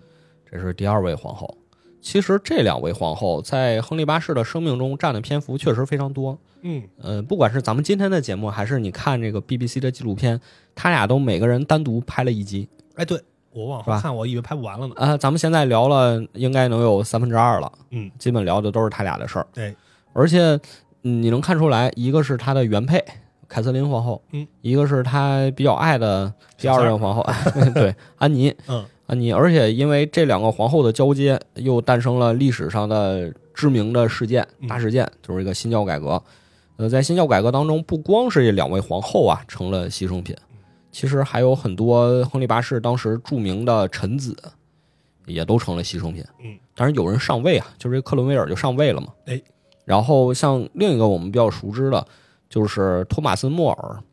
这是第二位皇后。其实这两位皇后在亨利八世的生命中占的篇幅确实非常多。嗯，呃，不管是咱们今天的节目，还是你看这个 BBC 的纪录片，他俩都每个人单独拍了一集哎，对我往是后吧看，我以为拍不完了呢。啊、咱们现在聊了，应该能有三分之二了，嗯，基本聊的都是他俩的事儿。对，而且嗯你能看出来，一个是他的原配凯瑟琳皇后，嗯，一个是他比较爱的第二任皇 后，对，安妮，嗯，安妮。啊而且因为这两个皇后的交接，又诞生了历史上的知名的事件嗯大事件，就是一个新教改革。呃，在新教改革当中，不光是这两位皇后啊成了牺牲品，其实还有很多亨利八世当时著名的臣子也都成了牺牲品。嗯，当然有人上位啊，就是这克伦威尔就上位了嘛。哎，然后像另一个我们比较熟知的，就是托马斯·莫尔，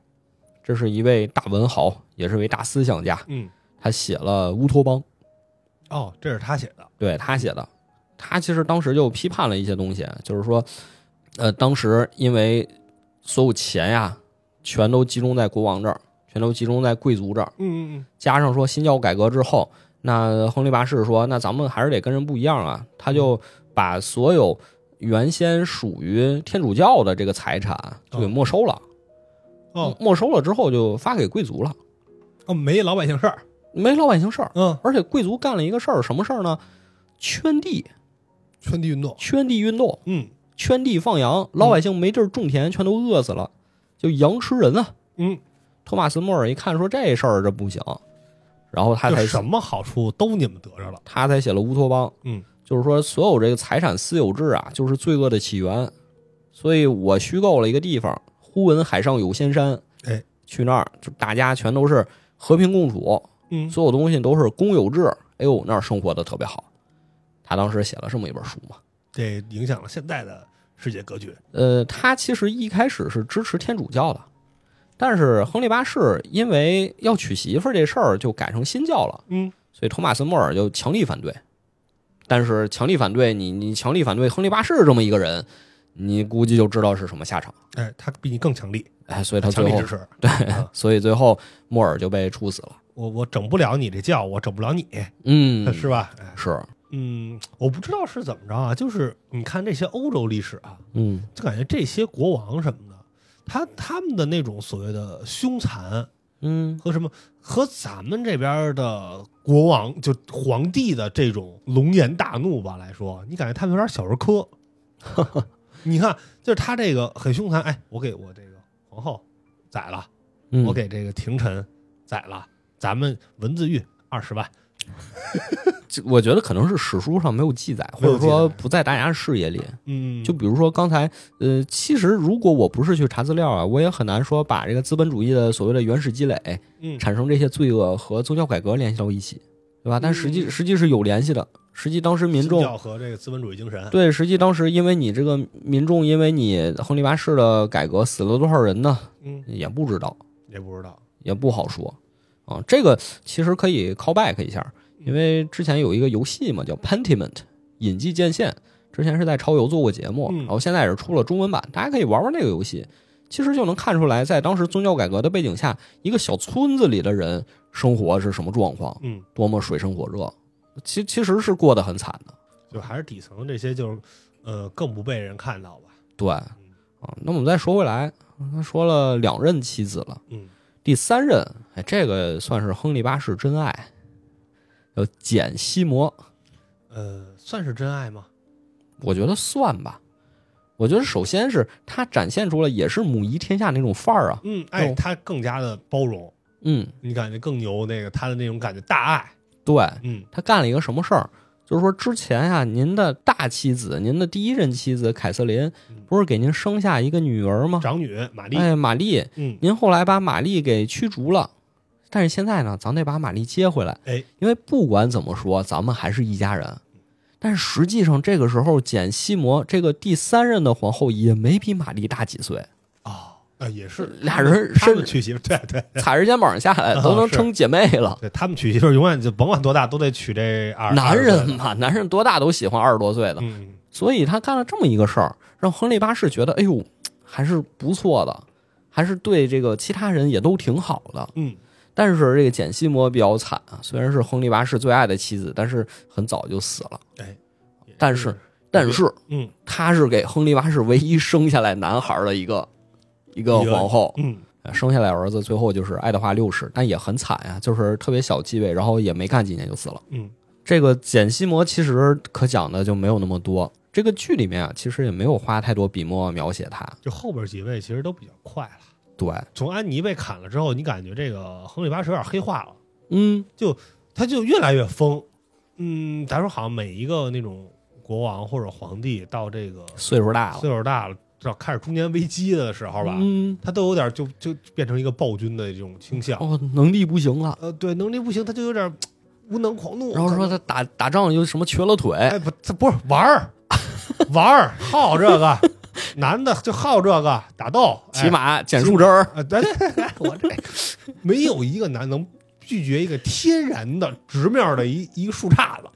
这是一位大文豪，也是位大思想家，嗯，他写了《乌托邦》，哦，这是他写的。对他写的。他其实当时就批判了一些东西，就是说，呃，当时因为所有钱呀，全都集中在国王这儿，全都集中在贵族这儿，嗯嗯嗯，加上说新教改革之后，那亨利八世说，那咱们还是得跟人不一样啊，他就把所有原先属于天主教的这个财产就给没收了，哦没收了之后就发给贵族了，哦，没老百姓事儿。没老百姓事儿。嗯，而且贵族干了一个事儿，什么事儿呢？圈地，圈地运动。圈地运动，嗯圈地放羊，老百姓没地儿种田，全都饿死了，就羊吃人啊。嗯，托马斯·莫尔一看说这事儿这不行，然后他就才什么好处都你们得着了。他才写了《乌托邦》。嗯，就是说所有这个财产私有制啊，就是罪恶的起源。所以我虚构了一个地方，忽闻海上有仙山，哎，去那儿就大家全都是和平共处，嗯所有东西都是公有制。哎呦，那儿生活的特别好。他当时写了这么一本书嘛。这影响了现在的世界格局。呃，他其实一开始是支持天主教的，但是亨利八世因为要娶媳妇儿这事儿就改成新教了。嗯，所以托马斯·莫尔就强力反对。但是强力反对你，你强力反对亨利八世这么一个人，你估计就知道是什么下场。哎，他比你更强力，哎，所以他强最力后支，持。啊所以最后莫尔就被处死了。我我整不了你这教，我整不了你，嗯， 是吧？哎是，嗯，我不知道是怎么着啊，就是你看这些欧洲历史啊，嗯就感觉这些国王什么的，他他们的那种所谓的凶残嗯和什么，和咱们这边的国王就皇帝的这种龙颜大怒吧来说，你感觉他们有点小儿 科。你看，就是他这个很凶残，哎，我给我这个皇后宰了，嗯，我给这个廷臣宰了，咱们文字狱二十万，这我觉得可能是史书上没有记载，或没有者记载说不在大家视野里。嗯，就比如说刚才，呃，其实如果我不是去查资料啊，我也很难说把这个资本主义的所谓的原始积累嗯产生这些罪恶和宗教改革联系到一起，对吧？但实际实际是有联系的。实际当时民众嗯宗教和这个资本主义精神，对，实际当时因为你这个民众，因为你亨利八世的改革死了多少人呢？嗯，也不知道，也不知道，也不好说啊。这个其实可以 call back 一下，因为之前有一个游戏嘛，叫 Pentiment，隐迹剑线，之前是在超游做过节目，嗯然后现在也是出了中文版，大家可以玩玩那个游戏。其实就能看出来，在当时宗教改革的背景下，一个小村子里的人生活是什么状况，嗯，多么水深火热，其其实是过得很惨的。就还是底层这些就是，呃，更不被人看到吧，对，啊，那我们再说回来，他说了两任妻子了，嗯，第三任，哎，这个算是亨利八世真爱，叫简西摩，呃，算是真爱吗？我觉得算吧。我觉得首先是他展现出了也是母仪天下那种范儿啊，嗯，哎，有他更加的包容，嗯，你感觉更牛，那个他的那种感觉大爱，对嗯他干了一个什么事儿？就是说之前呀、您的大妻子，您的第一任妻子凯瑟琳嗯，不是给您生下一个女儿吗？长女玛丽，哎，玛丽，嗯，您后来把玛丽给驱逐了，但是现在呢，咱得把玛丽接回来。哎，因为不管怎么说，咱们还是一家人。但是实际上，这个时候简西摩这个第三任的皇后也没比玛丽大几 岁，哦，啊，也是俩人他甚们至娶媳妇，对对踩着肩膀下来啊都能是称姐妹了。对，他们娶媳妇永远就甭管多大都得娶这二男人，二十岁的嘛，男人多大都喜欢二十多岁的，嗯，所以他干了这么一个事儿，让亨利八世觉得，哎呦，还是不错的，还是对这个其他人也都挺好的。嗯，但是这个简西摩比较惨啊，虽然是亨利八世最爱的妻子，但是很早就死了。哎，但是，但是嗯她是给亨利八世唯一生下来男孩的一个一个一个皇后，嗯，生下来儿子最后就是爱德华六世，但也很惨呀、就是特别小继位，然后也没干几年就死了。嗯，这个简西摩其实可讲的就没有那么多。这个剧里面啊，其实也没有花太多笔墨描写他。就后边几位其实都比较快了。对，从安妮被砍了之后，你感觉这个亨利八世有点黑化了，嗯，他就越来越疯。嗯，咱说好像每一个那种国王或者皇帝到这个岁数大了，岁数大了，到开始中年危机的时候吧，嗯，他都有点就就变成一个暴君的这种倾向。哦，能力不行了。呃，对，能力不行，他就有点嘖无能狂怒。然后说他打打仗又什么瘸了腿，哎，不，这不是玩儿， 玩儿好这 个，男的就好这个打斗，哎哎骑马捡树枝儿，哎。啊，对对对， 我这没有一个男能拒绝一个天然的直面的一一个树杈子，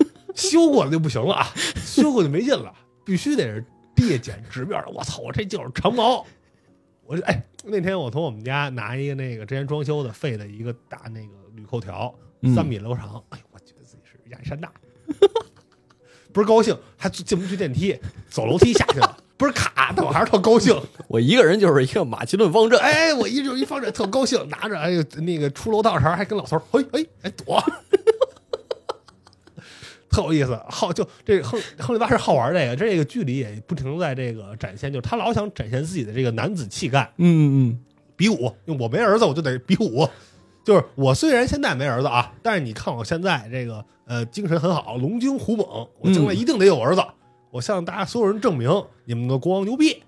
修过了就不行了啊，修过就没劲了，必须得是裂剪直面的。我操，我这就是长矛。我这哎，那天我从我们家拿一个那个之前装修的废的一个大那个铝扣条，嗯三米楼长，哎呦，我觉得自己是亚历山大， 不是高兴，还进不去电梯，走楼梯下去了，不是卡，但我还是特高兴。我一个人就是一个马其顿方阵。 哎，我一直有一放着特高兴，拿着哎呦那个出楼道时候还跟老头儿嘿嘿哎躲， 特有意思。好就这个亨亨利八世好玩这个，这个剧里也不停地在这个展现，就是他老想展现自己的这个男子气概，嗯嗯比武。因为我没儿子，我就得比武。就是我虽然现在没儿子啊，但是你看我现在这个呃精神很好，龙精虎猛，我将来一定得有儿子。我向大家所有人证明，你们的国王牛逼。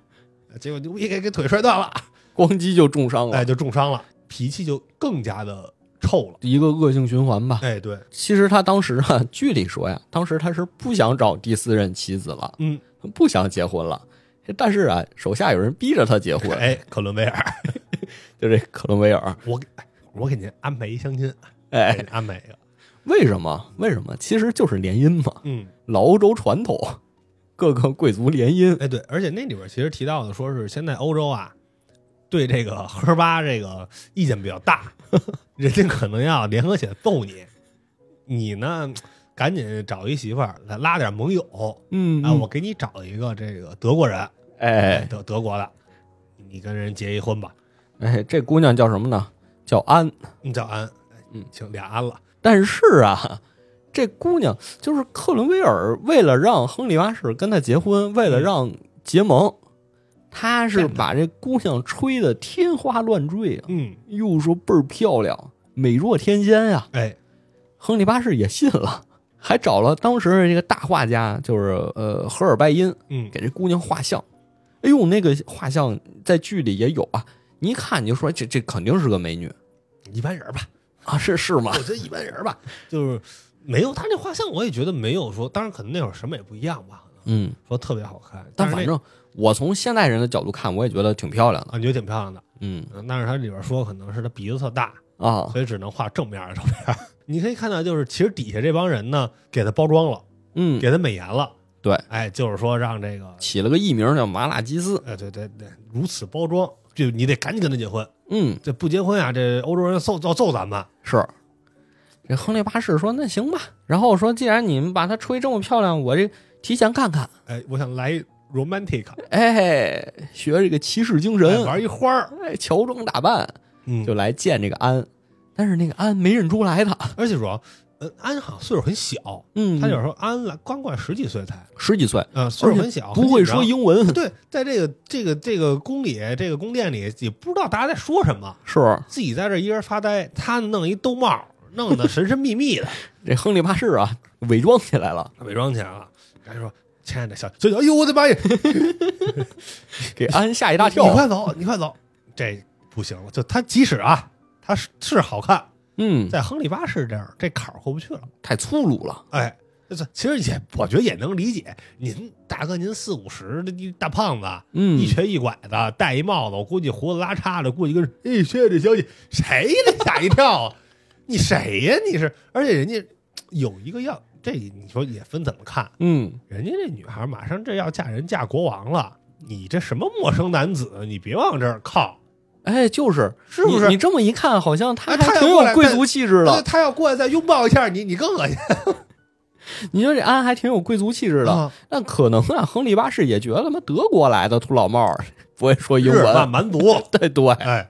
结果牛逼给给腿摔断了。嗯，光机就重伤了，哎，就重伤了，脾气就更加的臭了。一个恶性循环吧。哎，对，其实他当时啊，剧里说呀，当时他是不想找第四任妻子了，嗯，不想结婚了。但是啊，手下有人逼着他结婚，哎，克伦威尔，就这克伦威尔。我给哎我给您安排一相亲，给哎，您安排一个，为什么？为什么？其实就是联姻嘛，嗯，老欧洲传统，各个贵族联姻。哎，对，而且那里边其实提到的，说是现在欧洲啊，对这个赫尔巴这个意见比较大，人家可能要联合起来揍你，你呢，赶紧找一媳妇儿，来拉点盟友嗯啊，我给你找一个这个德国人，哎德德国的，你跟人结一婚吧，哎，这姑娘叫什么呢？叫安。你叫安，哎嗯，请俩安了，但是啊， 这姑娘就是克伦威尔，为了让亨利八世跟她结婚，为了让结盟，他是把这姑娘吹得天花乱坠啊，嗯。又说倍儿漂亮，美若天仙呀、哎，亨利八世也信了， 还找了当时这个大画家，就是呃荷尔拜因，嗯，给这姑娘画像。哎呦，那个画像在剧里也有啊，你一看你就说这这肯定是个美女一般人吧， 啊，是是吗我？觉得一般人吧，就是没有他这画像，我也觉得没有说，当然可能那会儿审美不一样吧，嗯，说特别好看，但是反那正我从现代人的角度看，我也觉得挺漂亮的。啊，你觉得挺漂亮的，嗯嗯但是他里边说可能是他鼻子特大，啊，所以只能画正面的照片。 你可以看到，就是其实底下这帮人呢，给他包装了，嗯，给他美颜了，对哎，就是说让这个， 起了个艺名叫麻辣鸡丝。哎，对对对，如此包装，就你得赶紧跟他结婚，嗯，这不结婚啊，这欧洲人揍要揍咱们，是。这亨利八世说：“那行吧。”然后说：“既然你们把她吹这么漂亮，我这提前看看。哎，我想来一 romantic，哎，学这个骑士精哎神，玩一花儿，哎，乔装打扮嗯就，来见这个安。但是那个安没认出来他，而且主要，呃，安好像岁数很小，嗯，他有时候安来刚过来十几岁才，十几岁，呃，岁数很小，不会很紧张说英文，对，在这个这个这个宫里这个宫殿里，也不知道大家在说什么，是自己在这一人发呆，他弄一兜帽，弄得神神秘秘 的，这亨利八世啊，伪装起来了，伪装起来了，赶紧说。亲爱的小小姐，哎呦我的妈呀！给安吓一大跳啊你。快走，你快走！这不行了，就他即使啊，他是是好看，嗯，在亨利八世这儿这坎儿过不去了。太粗鲁了。哎，就是其实也我觉得也能理解，您大哥您四五十的一大胖子，嗯一瘸一拐的，戴一帽子，我估计胡子拉碴的，估计跟哎，谢谢这小姐，谁呢？吓一跳啊，你谁呀、你是，而且人家有一个要这，你说也分怎么看？嗯，人家这女孩马上这要嫁人嫁国王了，你这什么陌生男子，你别往这儿靠。哎，就是是不是你？你这么一看，好像他哎他还要挺有过来贵再族气质那的。他要过来再拥抱一下你，你更恶心你说这安还挺有贵族气质的。啊那可能啊，亨利八世也觉得他妈德国来的土老帽儿不会说英日漫文，蛮族，对对，哎，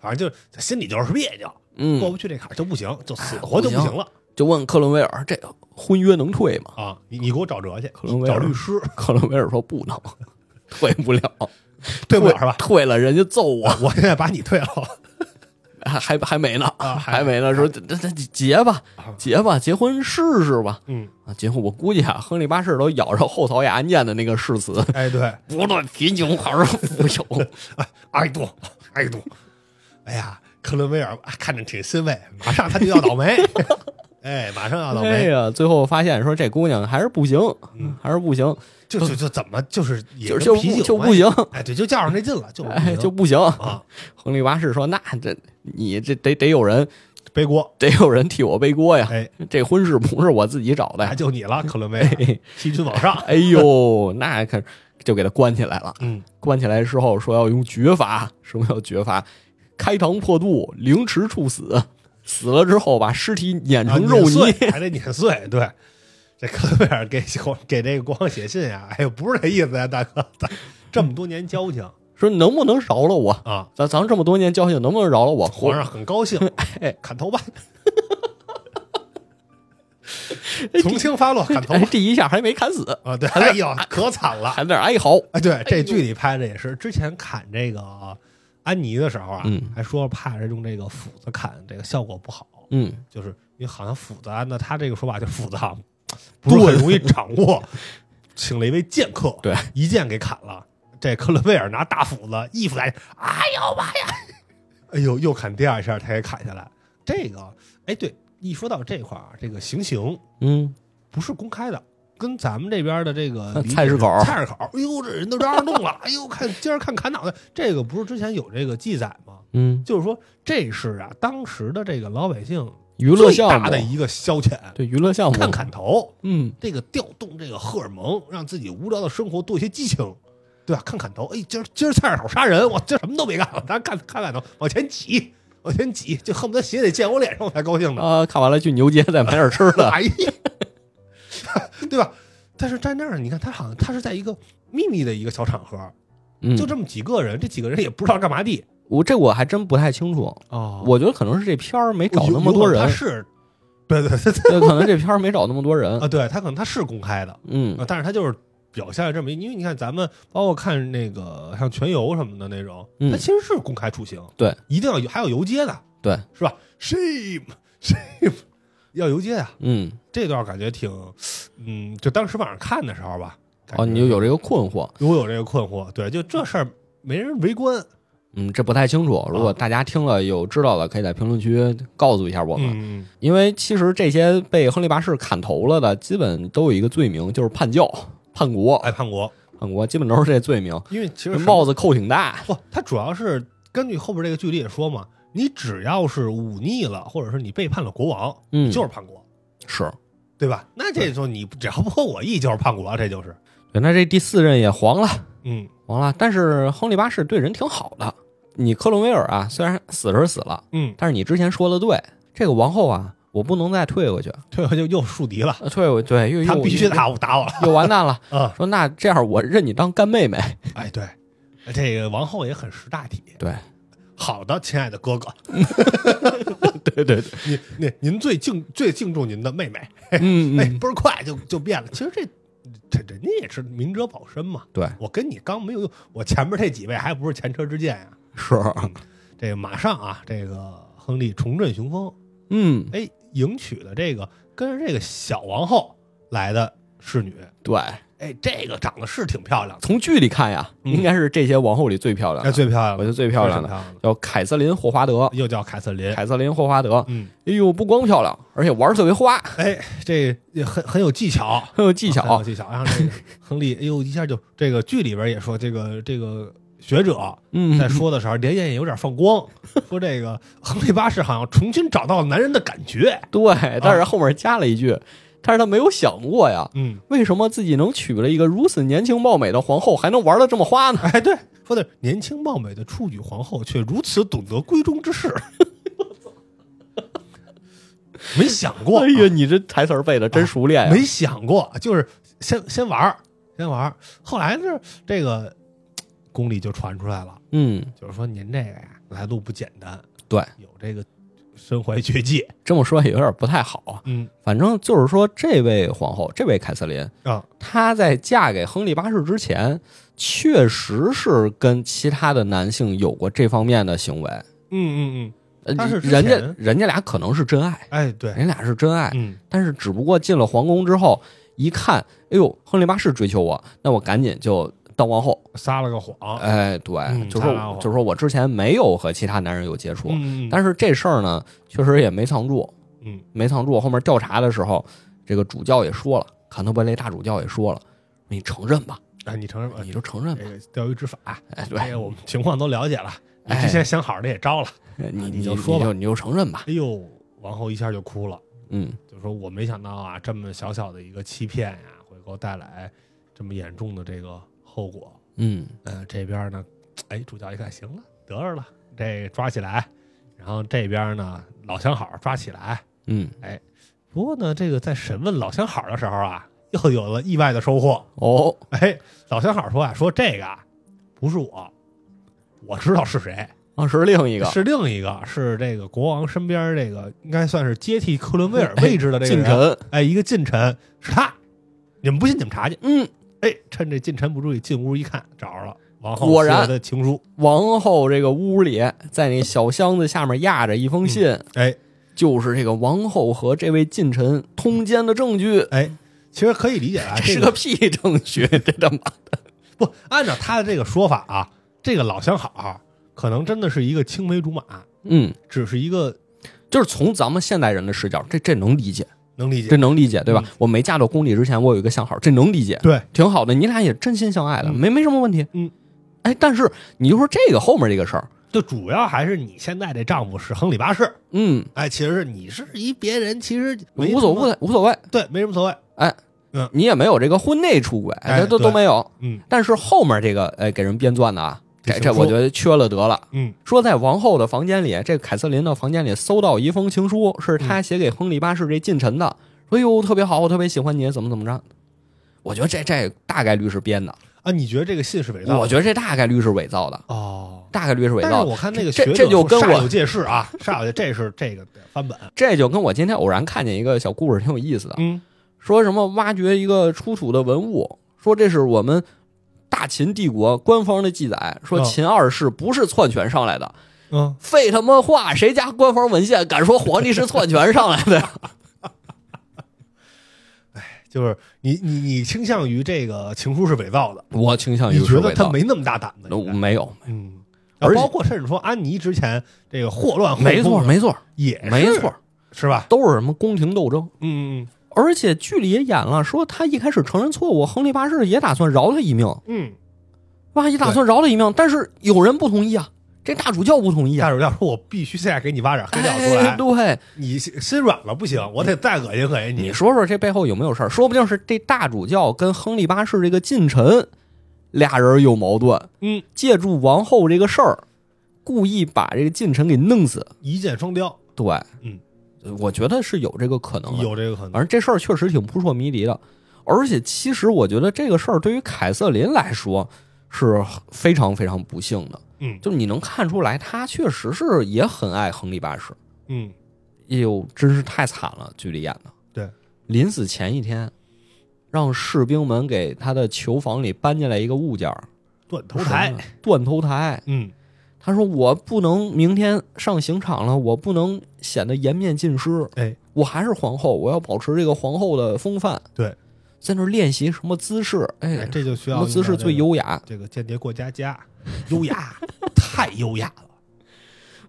反正就是心里就是别扭，过嗯，哎不去这坎儿就不行，就死活就不行了就问克伦威尔这个婚约能退吗？啊！你你给我找辙去可能，为找了 律师，克伦威尔说不能，退不 了，对不了是吧？退了人家揍我，我我现在把你退了，还还还没呢，啊还还没呢，说这这这结吧啊，结吧，结婚试试吧。嗯，啊，结婚我估计啊，亨利八世都咬着后槽牙念的那个誓 词，哎对，不论贫穷还是富有，爱杜爱杜，哎呀，克伦威尔啊看着挺欣慰，马上他就要倒霉， 哎，马上要倒哎霉，呀，最后发现说这姑娘还是不行，嗯还是不行，就就就怎么就是也就跟就脾不气有就不关系，行，哎对，就较上这劲了，就不哎行就不行。啊，亨利八世说：“那这你这得得有人背锅，得有人替我背锅呀，哎， 这婚事不是我自己找的那呀。就你了，克伦威尔，细菌往上，哎呦，那可就给他关起来了。嗯，关起来之后说要用绝罚，什么叫绝罚？开膛破肚，凌迟处死。死了之后把尸体碾啊成肉碾泥。碎还得碾碎，对。这克伦威尔给给这个国王写信呀、哎呦，不是这意思呀、大哥，咱这么多年交情说能不能饶了我？啊，咱咱这么多年交情，能不能饶了我？皇上很高兴，砍头吧，从轻发落，砍 头哎，吧。这一下还没砍死，啊，对，哎呦，可惨了！还在那儿哀嚎。哎，对，这剧里拍的也是，之前砍这个安妮的时候啊嗯，还说怕是用这个斧子砍，这个效果不好，嗯，就是因为好像斧子啊，那他这个说法就斧子啊，不是很容易掌握，请了一位剑客，对，一剑给砍了。这克伦威尔拿大斧子一斧来，哎呦妈呀！ 哎呦，又砍第二下，他也砍下来。这个，哎，对，一说到这块儿啊，这个行刑嗯，不是公开的，跟咱们这边的这 个菜市口菜市口，哎呦，这人都让人弄了，哎呦，看今儿看砍脑袋，这个不是之前有这个记载吗？嗯，就是说，这是啊，当时的这个老百姓娱乐最项大目的一个消遣，对娱乐项目，看砍头，嗯，这个调动这个荷尔蒙，让自己无聊的生活多一些激情，对吧？看砍头，哎，今儿今儿菜市口杀人，我今儿什么都没干了，咱看看砍头，往前挤，往前挤，就恨不得血得溅我脸上，我才高兴呢。啊，看完了去牛街再买点吃 的。哎呀，对吧？但是在那儿，你看他好像他是在一个秘密的一个小场合，嗯，就这么几个人，这几个人也不知道干嘛地我这我还真不太清楚，啊我觉得可能是这片哦儿没找那么多他 人，是，对对对对对可能这片儿没找那么多人。 啊，对他可能他是公开的，嗯啊，但是他就是表现了这么一，因为你看咱们包括看那个像全游什么的那种，嗯他其实是公开处刑，对，一定要有还有游街的，对，是吧？Shame shame，要游街啊！嗯，这段感觉挺，嗯，就当时晚上看的时候吧，感觉哦，你就有这个困惑，我有这个困惑，对，就这事儿没人围观，嗯，这不太清楚。如果大家听了有知道的，可以在评论区告诉一下我们。嗯，因为其实这些被亨利八世砍头了的，基本都有一个罪名，就是叛教、叛国、爱叛国，叛国，基本哎都是这罪名。因为其实是帽子扣挺大，不，它主要是根据后边这个剧里也说嘛，你只要是忤逆了，或者是你背叛了国王，嗯，就是叛国，是。对吧？嗯那这时候你只要不合我意就是叛国，这就是，对，那这第四任也黄了，嗯黄了。但是亨利八世对人挺好的。你克伦威尔啊，虽然死是死了，嗯，但是你之前说的对，这个王后啊，我不能再退回去，退回去又树敌了，呃退回对，又他又必须打我打我了又完蛋了。啊！ 说那这样，我认你当干妹妹。哎，对，这个王后也很识大体， 对，好的，亲爱的哥 哥，对对对，您您您最敬最敬重您的妹妹，嗯哎嗯，，倍儿快就就变了。其实这这人家也是明哲保身嘛。对，我跟你刚没有用，我前面这几位还不是前车之鉴呀、是，啊这个马上啊，这个亨利重振雄风，嗯，哎，迎娶了这个跟着这个小王后来的侍女，对，哎，这个长得是挺漂亮的，从剧里看呀，嗯应该是这些王后里最漂亮哎，的，最漂亮啊我的，觉得最漂亮是挺的漂亮的，嗯叫凯瑟琳·霍华德。又叫凯瑟琳，凯瑟琳·霍华德，嗯，哎呦，不光漂亮，而且玩儿特别花，哎，这也很很有技巧，啊很有技很有巧。技巧。然后这个亨利，哎呦，一下就这个剧里边也说，这个这个学者嗯，在说的时候，连夜也有点放光，说 这个亨利八世好像重新找到了男人的感觉。对，但是后面加了一句，但是他没有想过呀，嗯，为什么自己能娶了一个如此年轻貌美的皇后，还能玩的这么花呢？哎，对，说的是年轻貌美的处女皇后却如此懂得闺中之事， 没想过、哎呀，你这台词儿背的真熟练呀！啊没想过，就是先先玩儿，先玩儿。后来是这个宫里就传出来了，嗯，就是说您这个呀来路不简单，对，有这个身怀绝技，这么说也有点不太好啊。嗯反正就是说，这位皇后，这位凯瑟琳，啊，她在嫁给亨利八世之前，确实是跟其他的男性有过这方面的行为。嗯嗯呃她是之前人家人家俩可能是真爱嗯，，哎，对，人俩是真爱，嗯但是只不过进了皇宫之后，一看，哎呦，亨利八世追求我，那我赶紧就当王后。撒了个谎，哎，对，嗯就撒说拉谎就说我之前没有和其他男人有接触，嗯嗯但是这事儿呢，确实也没藏住，嗯没藏住。后面调查的时候，这个主教也说了，坎特伯雷大主教也说了，你承认吧，哎，你承认吧你就承认吧这。个钓鱼执法，哎，这对，个我们情况都了解了，你哎之前想好的也招了。你哎你你就说吧你就你就承认吧。哎呦，王后一下就哭了，嗯，就说我没想到啊，这么小小的一个欺骗呀、会给我带来这么严重的这个后果。嗯，呃，这边呢，哎，主教一看，行了，得着了，这抓起来。然后这边呢，老相好抓起来。嗯，不过呢，这个在审问老相好的时候啊，又有了意外的收获。哦，哎，老相好说啊，说这个啊不是我，我知道是谁，啊，是另一个 是另一个，是这个国王身边这个应该算是接替克伦威尔位置的这个近人，臣。哎，一个近臣是他。你们不信，你们查去。嗯，哎，趁这近臣不注意，进屋一看，找着了王后果然写的情书。王后这个屋里，在那小箱子下面压着一封信，哎就是这个王后和这位近臣通奸的证据。哎，其实可以理解啊，这这是个屁证据， 这他妈！不按照他的这个说法啊，这个老相好啊可能真的是一个青梅竹马，嗯，只是一个就是从咱们现代人的视角，这这能理解，能理这解。嗯能理解，对吧？我没嫁到宫里之前，我有一个相好，这能理解，对，挺好的。你俩也真心相爱的，嗯没没什么问题。嗯，哎，但是你就说这个后面这个事儿，就主要还是你现在这丈夫是亨利八世，嗯，哎，其实是你是一别人，其实没无所什么，谓，无所谓。对，没什么所谓。哎，嗯你也没有这个婚内出轨，哎这都对都没有。嗯但是后面这个，哎，给人编撰的啊，这这情这书我觉得缺了得了。嗯，说在王后的房间里，这凯瑟琳的房间里搜到一封情书，是她写给亨利八世这近臣的，说哟特别好，我特别喜欢你，怎么怎么着。我觉得这这大概率是编的，啊，你觉得这个信是伪造的？我觉得这大概率是伪造的，哦。大概率是伪但造是的。我看那个这学这者这就跟说我煞有介事啊，煞有介，这是这个翻本。这就跟我今天偶然看见一个小故事挺有意思的，嗯说什么挖掘一个出土的文物，说这是我们大秦帝国官方的记载，说嗯秦二世不是篡权上来的，嗯，废他妈话，谁家官方文献敢说皇帝是篡权上来的呀？就是你你你倾向于这个情书是伪造的，我倾向于你是觉伪得他造没那么大胆子的，应该，没有，嗯，然而后且包括甚至说安妮之前这个祸乱后没错，宫没错，也是没错，是吧？都是什么宫廷斗争。嗯而且剧里也演了，说他一开始承认错误，亨利八世也打算饶他一命，嗯，哇，也打对算饶他一命，但是有人不同意啊，这大主教不同意啊大，主教说我必须现在给你挖点黑料出哎，来，对，你心心软了不行，我得再恶心恶心你说说这背后有没有事儿？说不定是这大主教跟亨利八世这个近臣俩人有矛盾，嗯，借助王后这个事儿，故意把这个近臣给弄死。一箭双雕，对，嗯，我觉得是有这个可能的。有这个可能反。正这事儿确实挺扑朔迷离的，而且其实我觉得这个事儿对于凯瑟琳来说是非常非常不幸的。嗯就你能看出来，她确实是也很爱亨利八世。嗯，哎呦，真是太惨了，剧里演的。对，临死前一天，让士兵们给他的囚房里搬进来一个物件儿断头台，，断头台。嗯他说：“我不能明天上刑场了，我不能显得颜面尽失。哎，我还是皇后，我要保持这个皇后的风范。”对，在那儿练习什么姿势？哎，哎这就需什要么姿势最用优雅到？这个这个间谍过家 家，优雅，太优雅了。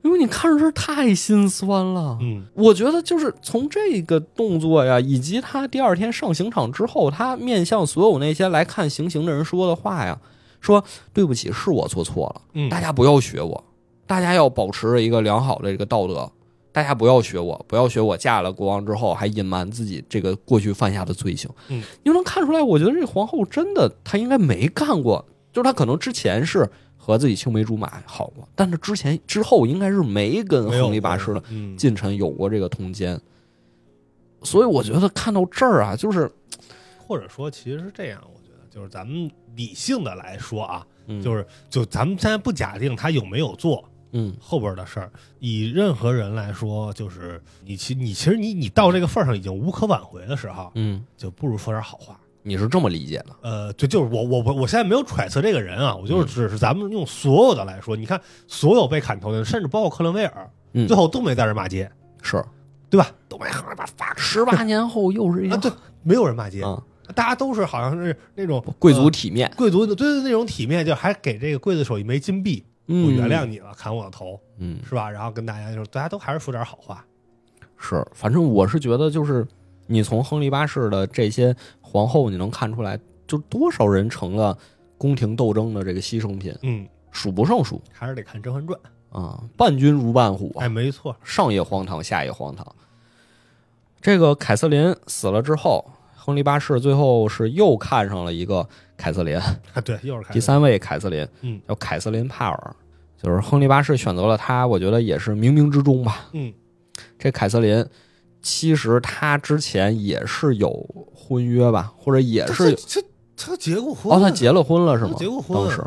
因为你看着这太心酸了。嗯我觉得就是从这个动作呀，以及他第二天上刑场之后，他面向所有那些来看行刑的人说的话呀，说对不起，是我做错了，嗯大家不要学我，大家要保持一个良好的这个道德，大家不要学我，不要学我嫁了国王之后还隐瞒自己这个过去犯下的罪行。嗯，你就能看出来，我觉得这皇后真的她应该没干过，就是她可能之前是。和自己青梅竹马好过，但是之前之后应该是没跟没有亨利八世的嗯，近臣有过这个通奸，所以我觉得看到这儿啊，就是或者说其实是这样，我觉得就是咱们理性的来说啊，嗯就是就咱们现在不假定他有没有做嗯后边的事儿，以任何人来说，就是你其你其实你你到这个份儿上已经无可挽回的时候，嗯，就不如说点好话。你是这么理解的？呃，就就是我我我我现在没有揣测这个人啊，我就是只是咱们用所有的来说，你看所有被砍头的人，甚至包括克伦威尔，嗯最后都没在这骂街， 是对吧？都没喊吧 fuck 十八年后又是一啊，样对，没有人骂街，哎啊，大家都是好像是那种贵族呃体面，贵族的对对那种体面，就还给这个刽子手一枚金币，嗯，我原谅，你了，砍我的头嗯，是吧？然后跟大家就是大家都还是说点好话，是，反正我是觉得就是你从亨利八世的这些皇后，你能看出来，就多少人成了宫廷斗争的这个牺牲品，嗯，数不胜数还是得看《甄嬛传》。啊，伴君如伴虎啊哎，，没错，上也荒唐，下也荒唐。这个凯瑟琳死了之后，亨利八世最后是又看上了一个凯瑟琳，啊，对，又是看第三位凯瑟琳，嗯，叫凯瑟琳·帕尔，就是亨利八世选择了她，我觉得也是冥冥之中吧。嗯，这凯瑟琳其实她之前也是有婚约吧，或者也他是这他结过婚哦，她结了婚了是他吗？结过婚当时，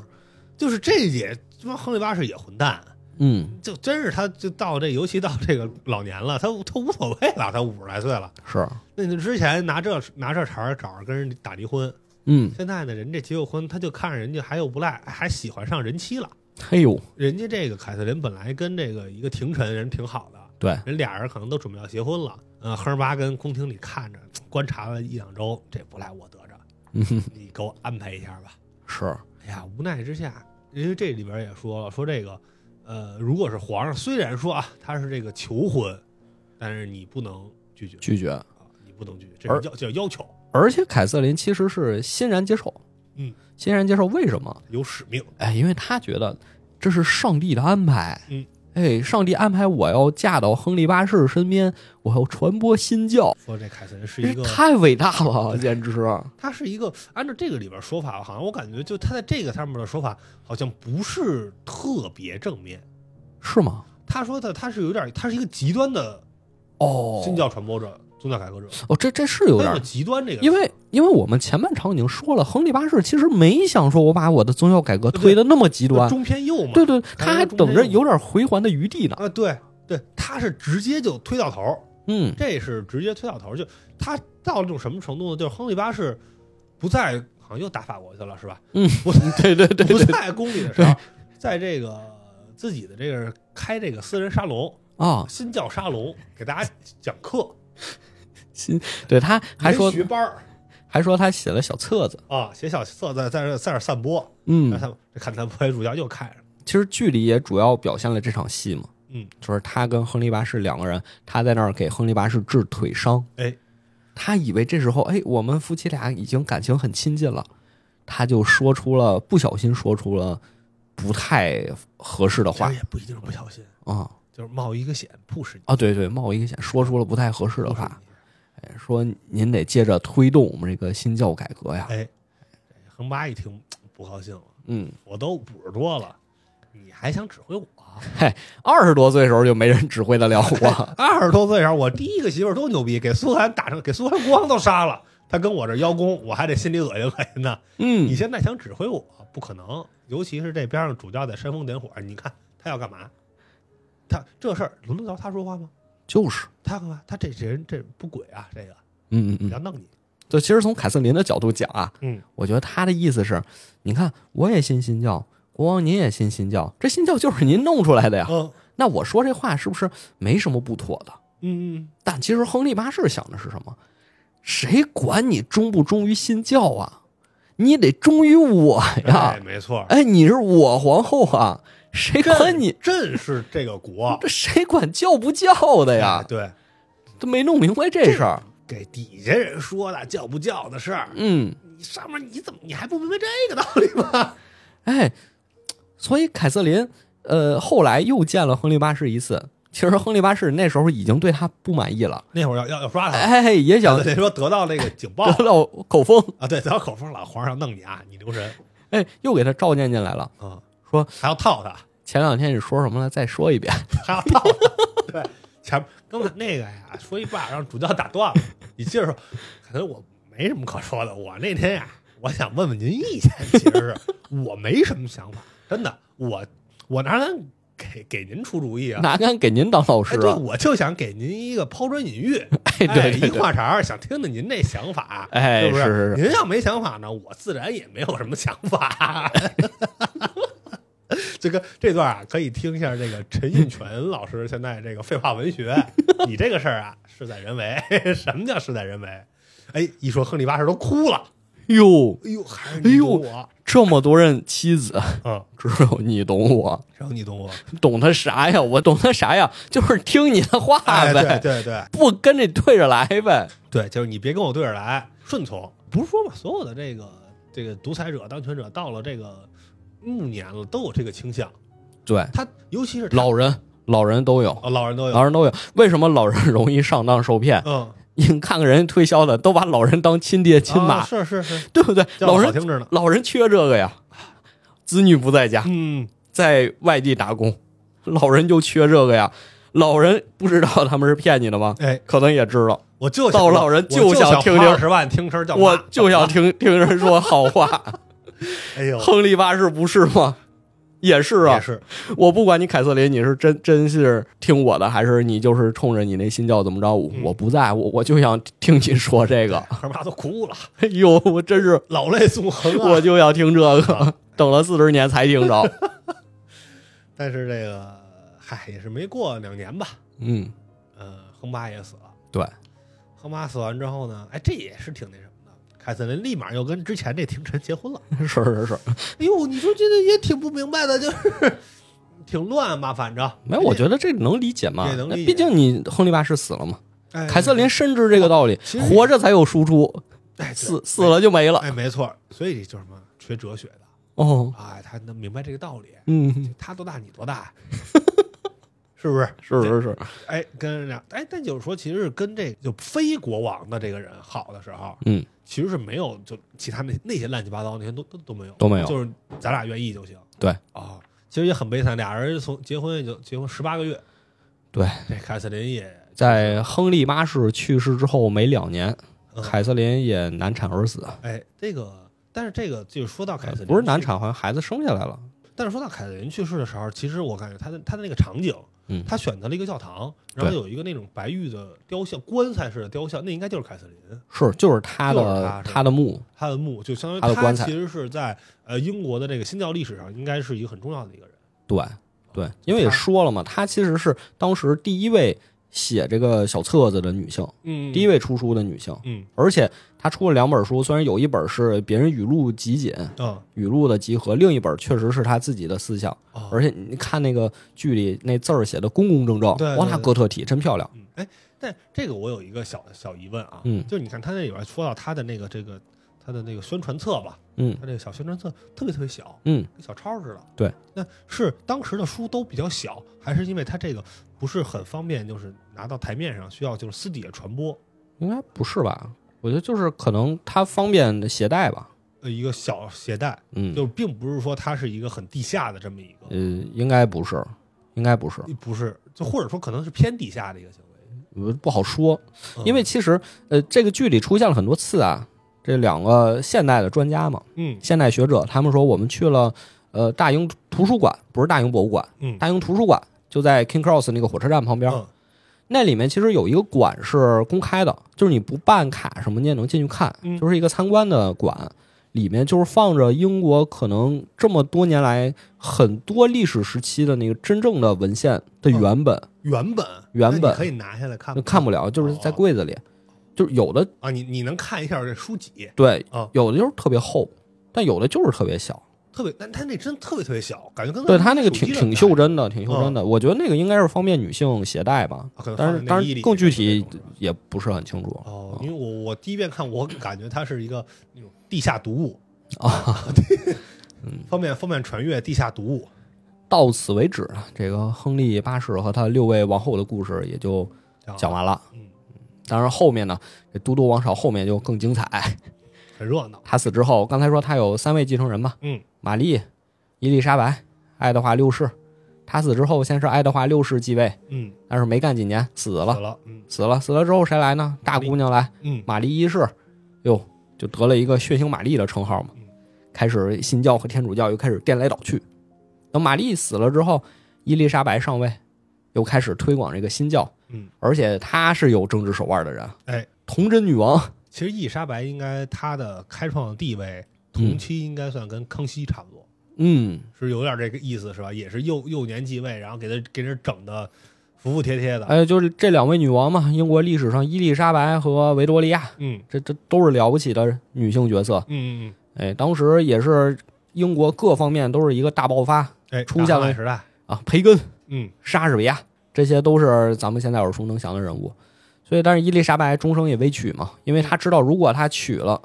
就是这也他妈亨利八世也混蛋，嗯，就真是他就到这，尤其到这个老年了，他他无所谓了，他五十来岁了。是，那你之前拿这拿这茬儿找着跟人打离婚，嗯，现在呢，人这结过婚，他就看着人家还有不赖，还喜欢上人妻了。嘿呦，人家这个凯瑟琳本来跟这个一个廷臣人挺好的，对，人俩人可能都准备要结婚了。呃，赫尔巴跟宫廷里看着观察了一两周，这不赖我得着，嗯哼，你给我安排一下吧。是，哎呀，无奈之下，因为这里边也说了，说这个，呃，如果是皇上，虽然说啊他是这个求婚，但是你不能拒绝拒绝。啊，你不能拒绝，这而是要叫要求，而且凯瑟琳其实是欣然接受，嗯，欣然接受。为什么？有使命。哎，因为她觉得这是上帝的安排，嗯，哎，上帝安排我要嫁到亨利八世身边，我要传播新教，说这凯瑟琳是这一个，太伟大了，简直！他是一个按照这个里边说法，好像我感觉就他在这个上面的说法好像不是特别正面。是吗？他说的他是有点，他是一个极端的哦，新教传播者、宗教改革者，哦，这这是有他点有，极端这个，因为因为我们前半场已经说了，亨利八世其实没想说我把我的宗教改革推的那么极端，中偏右嘛，对对，改革他还中等着间有点回环的余地呢。啊，对对，他是直接就推到头儿， 嗯，这是直接推到头儿，就他到这种什么程度呢？就是亨利八世不在，好像又打法国去了，是吧？嗯不在对对对不对，在宫里的时候，在这个自己的这个开这个私人沙龙，啊，新教沙龙，给大家讲课， 对，他还说学班儿还说他写了小册子，啊，写小册子，在这在这散播，嗯让，他们看他们主角又开了，其实剧里也主要表现了这场戏嘛，嗯，就是他跟亨利八世两个人，他在那儿给亨利八世治腿伤，哎，他以为这时候，哎，我们夫妻俩已经感情很亲近了，他就说出了不小心说出了不太合适的其话实也不一定是不小心，啊就是冒一个险不使你啊，对对，冒一个险，说出了不太合适的不使话，你哎说您得接着推动我们这个新教改革呀，哎，恒妈一听不高兴了，嗯，我都五十多了，你还想指挥我？啊二十多岁的时候就没人指挥得了我， 二十多岁时候，我第一个媳妇儿多牛逼，给苏寒打成，给苏寒国王都杀了，他跟我这邀功，我还得心里恶心恶心呢。嗯你现在想指挥我，不可能。尤其是这边上主教在煽风点火，哎你看他要干嘛？他这事儿轮得着他说话吗？就是，他要干嘛？他这这人这不轨啊！这个嗯嗯我嗯要，弄你。就其实从凯瑟琳的角度讲啊，嗯，我觉得他的意思是，你看我也信新教，国王您也信新教，这新教就是您弄出来哎的呀。嗯那我说这话是不是没什么不妥的？嗯但其实亨利八世想的是什么？谁管你忠不忠于新教啊？你得忠于我嗯，哎，呀！没错，哎，你是我皇后啊，谁管你？朕是这 个国哎这谁管教不教的呀？对，都没弄明白哎这事儿。给底下人说的叫不叫的事儿，嗯，你上面你怎么你还不明白这个道理吗？ 哎，所以凯瑟琳，呃，后来又见了亨利八世一次。其实亨利八世那时候已经对他不满意了，那会儿要要要抓他，哎，也想得说得到那个警报得到口风，啊，对，得到口风了，皇上弄你啊，你留神哎，又给他召见进来了。啊，说还要套他，前两天你说什么了？再说一遍。还要套他，对，前刚才那个呀，说一半让主教打断了，你接着说，可能我没什么可说的，我那天呀，我想问问您意见，其实是我没什么想法，真的，我我哪敢给给您出主意啊？哪敢给您当老师哎，对，啊？我就想给您一个抛砖引玉，哎， 对对对，一话茬儿，想听听您那想法，哎是不是是是您要没想法呢，我自然也没有什么想法。 这个这段啊，可以听一下这个陈印泉老师现在这个废话文学。你这个事儿啊，事在人为。什么叫事在人为？哎，一说亨利八世都哭了。哟，哎呦，还是你懂我，这么多任妻子，嗯，只有你懂我，只有你懂我。懂他啥呀？我懂他啥呀？就是听你的话哎，对呗，对对不跟你对着来呗。对，就是你别跟我对着来，顺从。不是说嘛，所有的这个这个独裁者、当权者到了这个暮年了，都有这个倾向。对，他尤其是他老人老人都有，哦，老人都有老，人都有。为什么老人容易上当受骗？嗯，你看看人家推销的，都把老人当亲爹亲妈，啊是是是，对不对？叫老我好人听着呢，老人缺这个呀，子女不在家，嗯，在外地打工，老人就缺这个呀。老人不知道他们是骗你的吗？哎，可能也知道，我就到老人就就想听听二十万听声叫妈我就想，听听人说好 话。哎呦，亨利八世不是吗？也是也啊，是 我不管你凯瑟琳，你是真真是听我的，还是你就是冲着你那新教怎么着？我嗯我不在乎，我就想听你说这个。 二妈都哭了，哎呦，我真是老泪纵横啊。我就要听这个， 等了四十年才听着。 但是这个，嗨，也是没过两年吧，嗯，嗯，亨妈也死了，对，亨妈死完之后呢，哎，这也是挺那什么的，凯瑟琳立马又跟之前这廷臣结婚了。是是是，哎呦，你说这个也挺不明白的，就是 挺乱吧，反正没有，我觉得这能理解嘛也能，理解毕竟你亨利八世死了嘛，得凯瑟琳深知这个道理哦其，实活着才有输出，哎，对死死了就没了。哎，没错，所以就是什么学哲学的哦，啊，他能明白这个道理。嗯，他多大，你多大，啊 是不是？是是是，哎，跟人家哎，但就是说，其实是跟这就非国王的这个人好的时候，嗯，其实是没有就其他那那些乱七八糟那些都都都没有，都没有就是咱俩愿意就行。对啊、其实也很悲惨，俩人从结婚也就结婚十八个月，对，这凯瑟琳也在亨利八世去世之后没两年，嗯凯瑟琳也难产而死，啊哎这个，但是这个就是说到凯瑟呃琳不是难去产，好像孩子生下来了。但是说到凯瑟琳去世的时候，其实我感觉他的他的那个场景，嗯他选择了一个教堂，然后有一个那种白玉的雕像，棺材式的雕像，那应该就是凯瑟琳，是，就是他就是他的是吧他的墓，她的墓就相当于她的她棺材其实是在呃英国的这个新教历史上应该是一个很重要的一个人。对，对，因为也她说了嘛，她其实是当时第一位写这个小册子的女性，嗯第一，位出书的女性。嗯而且她出了两本书，虽然有一本是别人语录集锦、嗯，语录的集合，另一本确实是她自己的思想。哦而且你看那个剧里那字儿写的工工整整，对对哇，那对哥特体真漂亮。嗯，哎，但这个我有一个小小疑问啊，嗯就是你看他那里边说到他的那个这个他的那个宣传册吧，嗯他这个小宣传册特别特别小，嗯，跟小抄似的。对，那是当时的书都比较小，还是因为他这个不是很方便，就是拿到台面上，需要就是私底下传播，应该不是吧？我觉得就是可能她方便携带吧。呃，一个小携带，嗯，就并不是说它是一个很地下的这么一个，呃，应该不是，应该不是，不是，就或者说可能是偏地下的一个行为，呃不好说。嗯因为其实呃，这个剧里出现了很多次啊，这两个现代的专家嘛，嗯现代学者，他们说我们去了呃大英图书馆，不是大英博物馆，嗯大英图书馆就在 King Cross 那个火车站旁边，嗯那里面其实有一个馆是公开的，就是你不办卡什么你也能进去看，嗯就是一个参观的馆。里面就是放着英国可能这么多年来很多历史时期的那个真正的文献的嗯原本，原本原那你本可以拿下来看哦就吗，看不了，就是在柜子里，就是有的啊，你你能看一下这书籍，对啊，有的就是特别厚，但有的就是特别小。特别，但它那真特别特别小，感觉跟对，它那个挺手机挺的袖感觉，珍的，挺袖珍的。我觉得那个应该是方便女性携带吧，啊可能但放是在当内衣然里更具那体啊种是吧也不是很清楚了哦，因为我我第一遍看，我感觉它是一个那种地下读物， 啊。 方便方便传阅地下读物，到此为止啊，这个亨利八世和他六位王后的故事也就啊讲完了。嗯，当然后面呢，这都督王朝后面就更精彩。很热闹，他死之后，刚才说他有三位继承人嘛，嗯，玛丽、伊丽莎白、爱德华六世。他死之后，先是爱德华六世继位，嗯，但是没干几年死死了，了，嗯死了，死了之后谁来呢？大丽姑娘来，嗯，玛丽一世，哟，就得了一个血腥玛丽的称号嘛嗯。开始新教和天主教又开始颠来倒去。等玛丽死了之后，伊丽莎白上位，又开始推广这个新教。嗯，而且她是有政治手腕的人。哎，童真女王，其实伊丽莎白应该她的开创地位，同期应该算跟康熙差不多，嗯，是有点这个意思是吧？也是幼幼年继位，然后给他给人整的服服帖帖的，哎，就是这两位女王嘛，英国历史上伊丽莎白和维多利亚，嗯这这都是了不起的女性角色。嗯嗯哎，当时也是英国各方面都是一个大爆发嗯，哎，出现了大航海时代，啊，培根。嗯莎士比亚，这些都是咱们现在耳熟能详的人物。所以，但是伊丽莎白终生也未娶嘛，因为她知道，如果她娶了，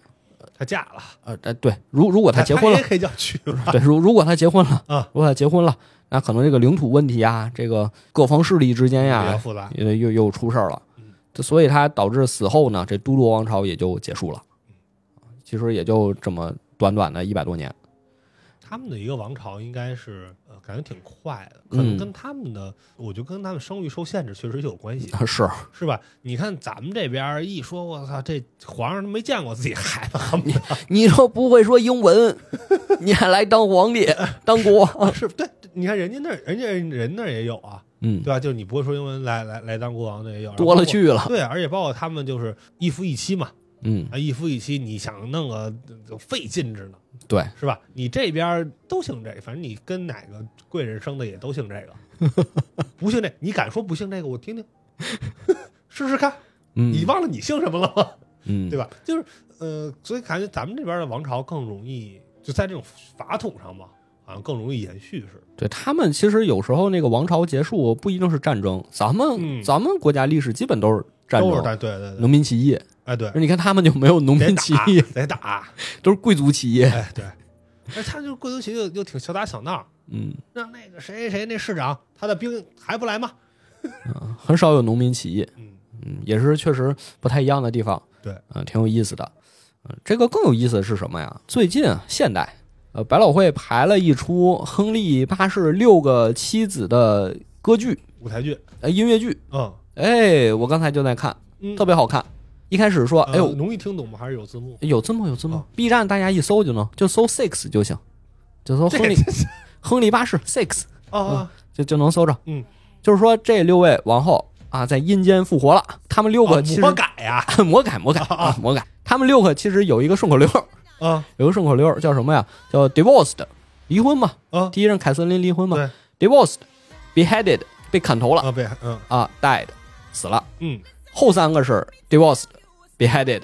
她嫁了，呃，呃对，如如果她她结婚了也，可以叫娶了，对，如如果她结婚了，啊，如果她结婚了，那可能这个领土问题啊，这个各方势力之间哎呀、比较复杂，又又又出事儿了哎嗯。这所以她导致死后呢，这都铎王朝也就结束了嗯。其实也就这么短短的一百多年。他们的一个王朝应该是呃，感觉挺快的，可嗯能跟他们的，我觉得跟他们生育受限制确实有关系， 是，啊是吧？你看咱们这边儿一说，我操，这皇上都没见过自己孩 子，恨不得你都不会说英 文，你还来当皇帝当国？是对，你看人家那儿，人家人那儿也有啊，嗯对，吧？就是你不会说英文来来来当国王的也有，多了然后去了包括。。对，而且包括他们就是一夫一妻嘛，嗯，啊，一夫一妻，你想弄个呃费劲着呢，对，是吧？你这边儿都姓这，反正你跟哪个贵人生的也都姓这个， 不姓这，你敢说不姓这个？我听 听，试试看。嗯，你忘了你姓什么了吗？嗯，对吧？就是呃，所以感觉咱们这边的王朝更容易，就在这种法统上吧，好像更容易延续似的。对他们其实有时候那个王朝结束不一定是战争，咱们、嗯咱们国家历史基本都是战都是争，对对对对，农民起义。哎对，你看他们就没有农得民起打义，得打，都是贵族起义。哎对。而他就贵族旗又又挺小打小闹，嗯，让那个谁谁谁那市长他的兵还不来吗？啊很少有农民起义。嗯，嗯，也是确实不太一样的地方。对嗯、挺有意思的。嗯、这个更有意思的是什么呀？最近啊现代，呃，百老汇排了一出亨利八世六个妻子的歌剧，舞台剧，呃，音乐剧。嗯哎，我刚才就在看，嗯，特别好看。一开始说，哎呃呦，容易听懂吗？还是有字幕？有字幕有字幕、哦 b 站大家一搜就能，就搜 Six 就行，就搜亨利这这亨利八世 Six 啊啊，就就能搜着。嗯，就是说这六位王后啊，在阴间复活了，他们六个啊其实、魔改呀魔改魔改啊魔改，他们六个其实有一个顺口溜，啊 有个顺口溜叫什么呀？叫 divorced，离婚嘛，啊，第一任凯瑟琳离婚嘛对，divorced， beheaded 被砍头了啊，被嗯啊，died 死了。嗯后三个是 divorced、beheaded、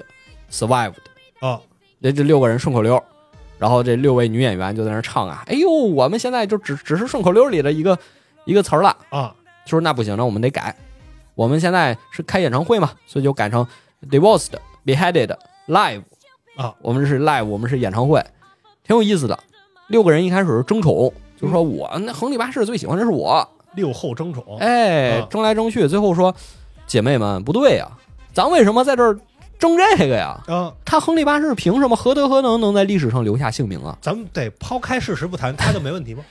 survived，哦，这这六个人顺口溜，然后这六位女演员就在那儿唱啊，哎呦，我们现在就只只是顺口溜里的一个一个词儿了，啊就是那不行，那我们得改，我们现在是开演唱会嘛，所以就改成 divorced、beheaded、live 啊，我们是 live，我们是演唱会，挺有意思的。六个人一开始是争宠，就说我那亨利八世最喜欢的是我，六后争宠，哎哦啊，争来争去，最后说，姐妹们不对呀、咱为什么在这儿争这个呀？啊，他亨利八世凭什么何德何能能在历史上留下姓名啊？咱们得抛开事实不谈，他就没问题吗？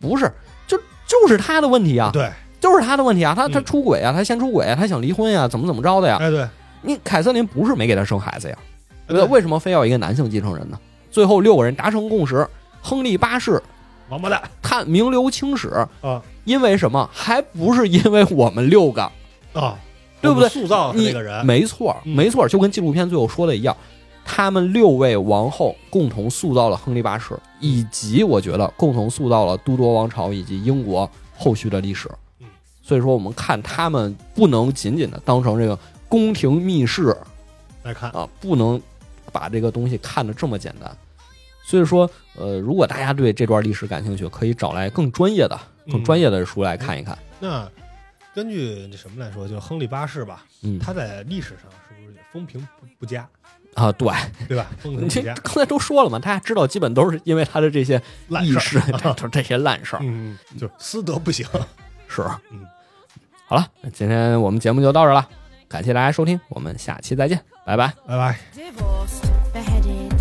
不是，就就是他的问题啊，对，就是他的问题啊，他他嗯出轨啊，他先出轨啊，他想离婚呀、怎么怎么着的呀？哎对，你凯瑟琳不是没给他生孩子呀，对为什么非要一个男性继承人呢？最后六个人达成共识，亨利八世王八蛋他名留青史，啊因为什么？还不是因为我们六个？啊，对不对我们塑造的那个人，没错儿，嗯没错儿，就跟纪录片最后说的一样，他们六位王后共同塑造了亨利八嗯世，以及我觉得共同塑造了都铎王朝以及英国后续的历史嗯。所以说，我们看他们不能仅仅的当成这个宫廷密室来看啊，不能把这个东西看得这么简单。所以说，呃，如果大家对这段历史感兴趣，可以找来更专业的、更嗯专业的书来看一看。那根据那什么来说，就是亨利八世吧，嗯，他在历史上是不是风评不不佳，啊，对，对吧？风评这 不啊佳，刚才都说了嘛，大家知道，基本都是因为他的这些烂意事儿，识，这就这些烂事儿嗯，嗯就是私德不行。是嗯。好了，今天我们节目就到这儿了，感谢大家收听，我们下期再见，拜拜。拜拜。 Divorced, beheaded,